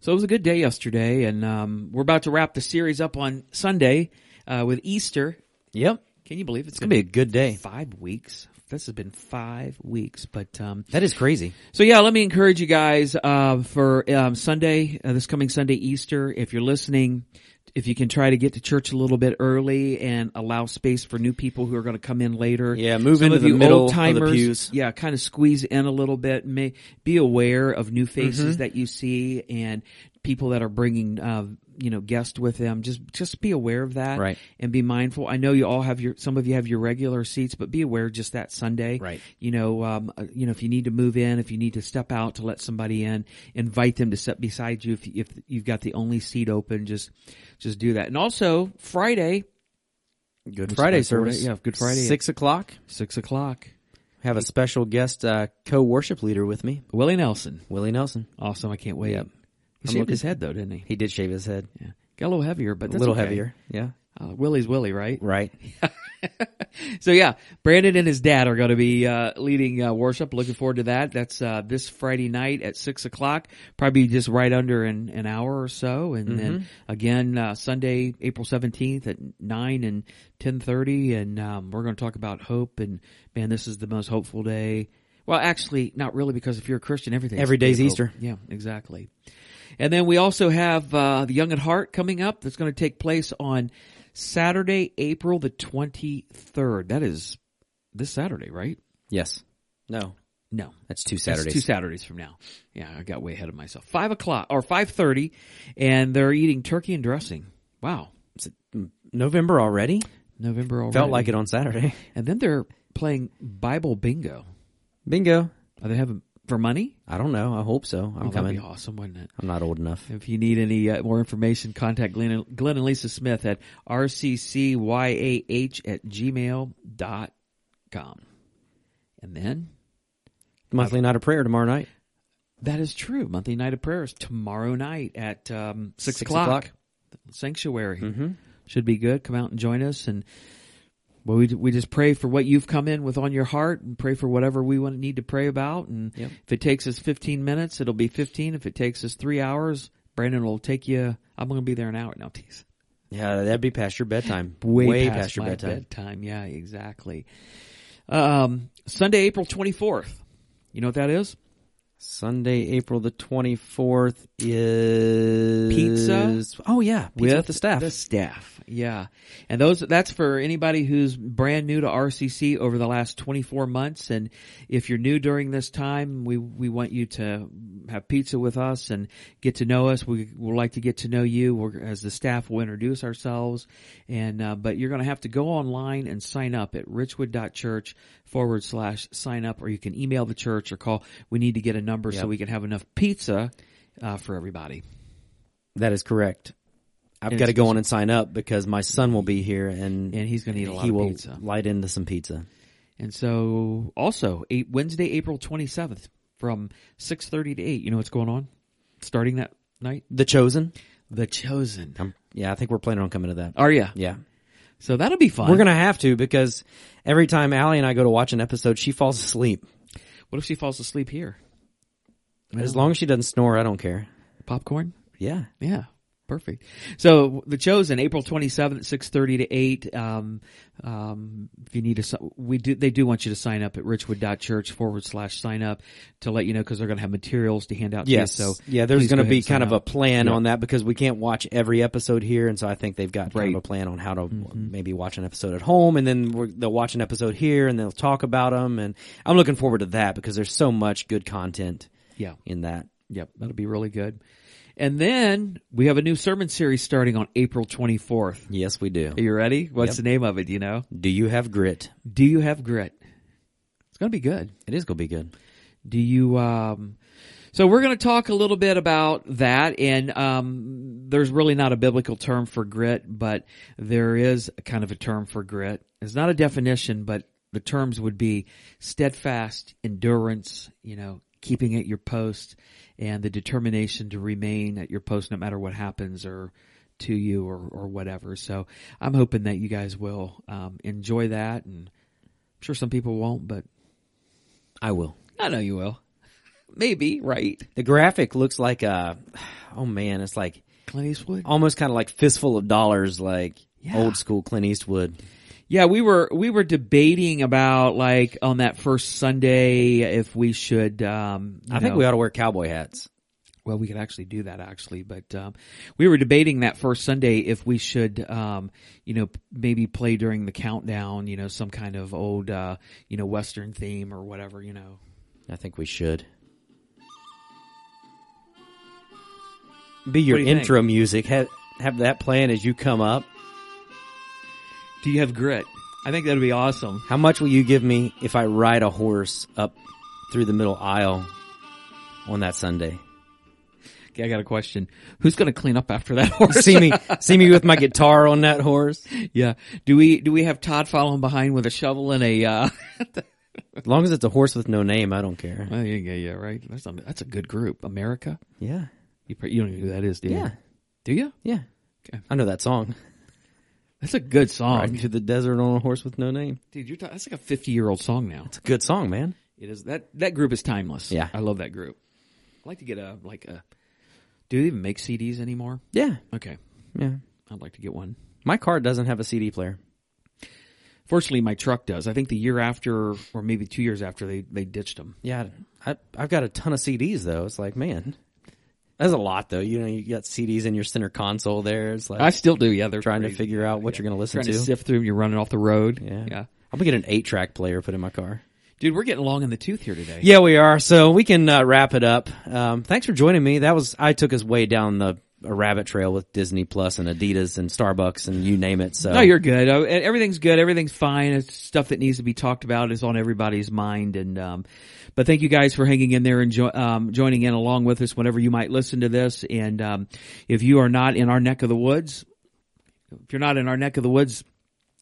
So it was a good day yesterday, and um, we're about to wrap the series up on Sunday uh, with Easter.
yep
Can you believe it's
it'll
going
be
to
a good day
five weeks? This has been five weeks, but um,
that is crazy
So yeah, let me encourage you guys uh, for um, Sunday, uh, this coming Sunday, Easter. If you're listening, if you can try to get to church a little bit early and allow space for new people who are going to come in later.
Yeah, move into
of
the
you
middle of the
old-timers,
pews.
Yeah, kind of squeeze in a little bit. May be aware of
Mm-hmm.
new faces that you see and people that are bringing. Uh, you know, guests with them. Just, just be aware of that,
Right.
And be mindful. I know you all have your, some of you have your regular seats, but be aware just that Sunday,
Right.
you know, um, uh, you know, if you need to move in, if you need to step out to let somebody in, invite them to sit beside you. If, if you've got the only seat open, just, just do that. And also Friday,
good
Which
friday
is like four
service
day- yeah, Good Friday.
six o'clock
six o'clock,
have a special guest uh, co-worship leader with me
Willie Nelson.
willie nelson
Awesome. I can't wait.
Yep.
He
I'm
shaved
looking-
his head though, didn't he?
He did shave his head.
Yeah. Got a little heavier, but
a
that's
little
okay.
heavier. Yeah.
Uh, Willie's Willie, right?
Right.
So yeah, Brandon and his dad are going to be uh, leading uh, worship. Looking forward to that. That's uh, this Friday night at six o'clock. Probably just right under an, an hour or so, and then
Mm-hmm.
again uh, Sunday, April seventeenth at nine and ten thirty, and um, we're going to talk about hope. And man, this is the most hopeful day. Well, actually, not really, because if you're a Christian, everything
Every day's
hope.
Easter.
Yeah, exactly. And then we also have uh, the Young at Heart coming up. That's going to take place on Saturday, April the twenty third. That is this Saturday, right?
Yes. No.
No,
That's two
that's
Saturdays.
two Saturdays from now. Yeah, I got way ahead of myself. Five o'clock or five thirty, and they're eating turkey and dressing. Wow,
November already?
November already.
Felt like it on Saturday.
And then they're playing Bible bingo.
Bingo.
Are they having for money?
I don't know. I hope so. I'm
Oh, that'd
coming.
be awesome, wouldn't it?
I'm not old enough.
If you need any uh, more information, contact Glenn, Glenn and Lisa Smith at rccyah at gmail dot com. And then
Monthly night of prayer tomorrow night.
that is true. Monthly night of prayers tomorrow night at um, six,
Six
o'clock.
o'clock. Mm-hmm.
Sanctuary should be good. Come out and join us, and well, we we just pray for what you've come in with on your heart, and pray for whatever we want need to pray about. And
Yep.
if it takes us fifteen minutes, it'll be fifteen. If it takes us three hours, Brandon will take you. I'm going to be there an hour now. Tease
Yeah, that'd be past your bedtime.
way,
past,
past,
your
my
bedtime.
Yeah, exactly. Um, Sunday, April 24th. You know what that is?
Sunday, April the 24th is
Pizza?
Oh yeah, pizza with, the staff.
The staff. Yeah. And those, that's for anybody who's brand new to RCC over the last 24 months. And if you're new during this time, we, we want you to have pizza with us and get to know us. We would like to get to know you. We're, as the staff, we'll introduce ourselves. And, uh, but you're going to have to go online and sign up at richwood.church forward slash sign up, or you can email the church or call. We need to get a number so
Yep.
we can have enough pizza, uh, for everybody.
That is correct. I've
And
got to
it's
go on and sign up because my son will be here and
And he's gonna eat a lot
he
of
will
pizza.
light into some pizza.
And so also eight, Wednesday, April 27th from 6.30 to 8. You know what's going on starting that night?
The Chosen.
The Chosen.
I'm, yeah, I think we're planning on coming to that.
Are ya?
Yeah.
So that'll be fun.
We're going to have to because every time Allie and I go to watch an episode, she falls asleep.
what if she falls asleep here?
As long as she doesn't snore, I don't care.
Popcorn?
Yeah.
Yeah. Perfect. So the chosen April twenty seventh, six thirty to eight. Um, um, if you need to, si- we do. They do want you to sign up at richwood.church forward slash sign up to let you know because they're going to have materials to hand out. to you.
Yes.
So
yeah, there's
please
going to
go
be
ahead and sign
kind of a
up.
plan
Yeah.
on that because we can't watch every episode here, and so I think they've got kind
Right.
of a plan on how to maybe watch an episode at home, and then we're, they'll watch an episode here, and they'll talk about them. And I'm looking forward to that because there's so much good content
yeah.
in that.
Yep, that'll be really good. And then we have a new sermon series starting on April 24th.
Yes, we do.
Are you ready? What's the name of it? do You know,
Do you have grit?
do you have grit? It's going to be good.
It is going to be good.
Do you? Um, so we're going to talk a little bit about that, and um, there's really not a biblical term for grit, but there is a kind of a term for grit. It's not a definition, but the terms would be steadfast endurance. You know, keeping at your post, and the determination to remain at your post no matter what happens or to you or or whatever. So I'm hoping that you guys will um, enjoy that, and I'm sure some people won't, but
I will.
I know you will. Maybe, right?
The graphic looks like a, oh man, it's like
Clint Eastwood.
almost kind of like fistful of dollars, like
Yeah.
old school Clint Eastwood.
Yeah, we were we were debating about like on that first Sunday if we should. Um, you
I think
know-
we ought to wear cowboy hats.
well we could actually do that actually, but um, we were debating that first Sunday if we should um, you know p- maybe play during the countdown, you know, some kind of old uh, you know Western theme or whatever, you know.
I think we should. Be your
What do you
intro music. Have have that plan as you come up.
Do you have grit? I think that'd be awesome.
How much will you give me if I ride a horse up through the middle aisle on that Sunday?
Okay, I got a question. Who's going to clean up after that horse?
See me see me with my guitar on that horse.
yeah. Do we do we have Todd following behind with a shovel and a uh,
As long as it's a horse with no name, I don't care.
Well, Oh, yeah, yeah, yeah, right. That's a, that's a good group. America.
Yeah.
You pr- you don't even know who that is, do you?
Yeah.
Do you?
Yeah.
Okay.
I know that song.
That's a good song,
Riding through the desert on a horse with no name.
dude. You're ta- that's like a 50 year old song now.
It's a good song, man.
It is that that group is timeless.
Yeah.
I love that group. I'd like to get a like a. Do they even make CDs anymore?
Yeah.
Okay,
Yeah.
I'd like to get one.
My car doesn't have a CD player.
Fortunately, my truck does. I think the year after, or maybe two years after, they they ditched them.
Yeah, I, I've got a ton of CDs though. It's like, man, that's a lot though. You know, you got CDs in your center console there. It's like
I still do. Yeah, they're
trying to
crazy.
figure out what you're going to listen
trying
to.
to sift through. 'em, You're running off the road.
yeah.
yeah,
I'm gonna get an eight track player put in my car.
dude. We're getting long in the tooth here today.
Yeah, we are. So we can uh, wrap it up. Um, thanks for joining me. That was I took us way down the a rabbit trail with Disney Plus and Adidas and Starbucks and you name it. So
No, you're good. Uh, Everything's good. Everything's fine. It's stuff that needs to be talked about is on everybody's mind. And um, but thank you guys for hanging in there and jo- um, joining in along with us whenever you might listen to this. And um, if you are not in our neck of the woods, if you're not in our neck of the woods.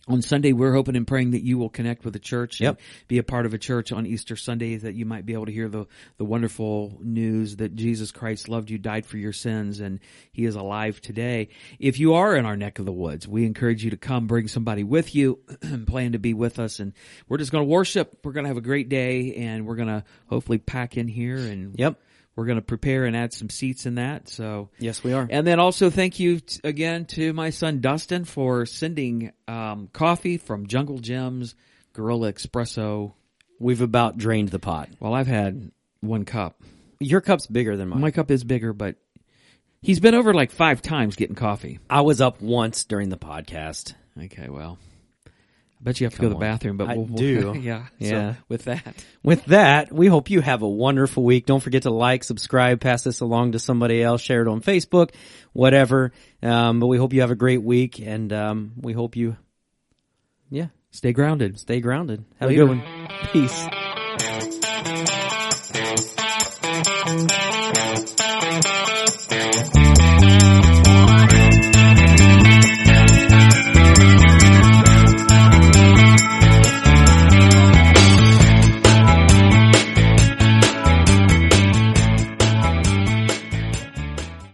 On Sunday, we're hoping and praying that you will connect with the church and
Yep.
be a part of a church on Easter Sunday, that you might be able to hear the, the wonderful news that Jesus Christ loved you, died for your sins, and he is alive today. If you are in our neck of the woods, we encourage you to come bring somebody with you and plan to be with us. And we're just going to worship. We're going to have a great day and we're going to hopefully pack in here and
Yep.
we're going to prepare and add some seats in that. So
Yes, we are.
and then also thank you t- again to my son Dustin for sending um, coffee from Jungle Gems Gorilla Espresso.
We've about drained the pot.
Well, I've had one cup.
Your cup's bigger than mine.
My cup is bigger, but he's been over like five times getting coffee.
I was up once during the podcast.
Okay, well, I bet you have to go to the
on.
bathroom, but
I
we'll, we'll-
do.
yeah, so
Yeah.
with that,
With that, we hope you have a wonderful week. Don't forget to like, subscribe, pass this along to somebody else, share it on Facebook, whatever. Um, but we hope you have a great week, and um, we hope you, yeah,
stay grounded.
stay grounded. Have
Later.
a good one. Peace.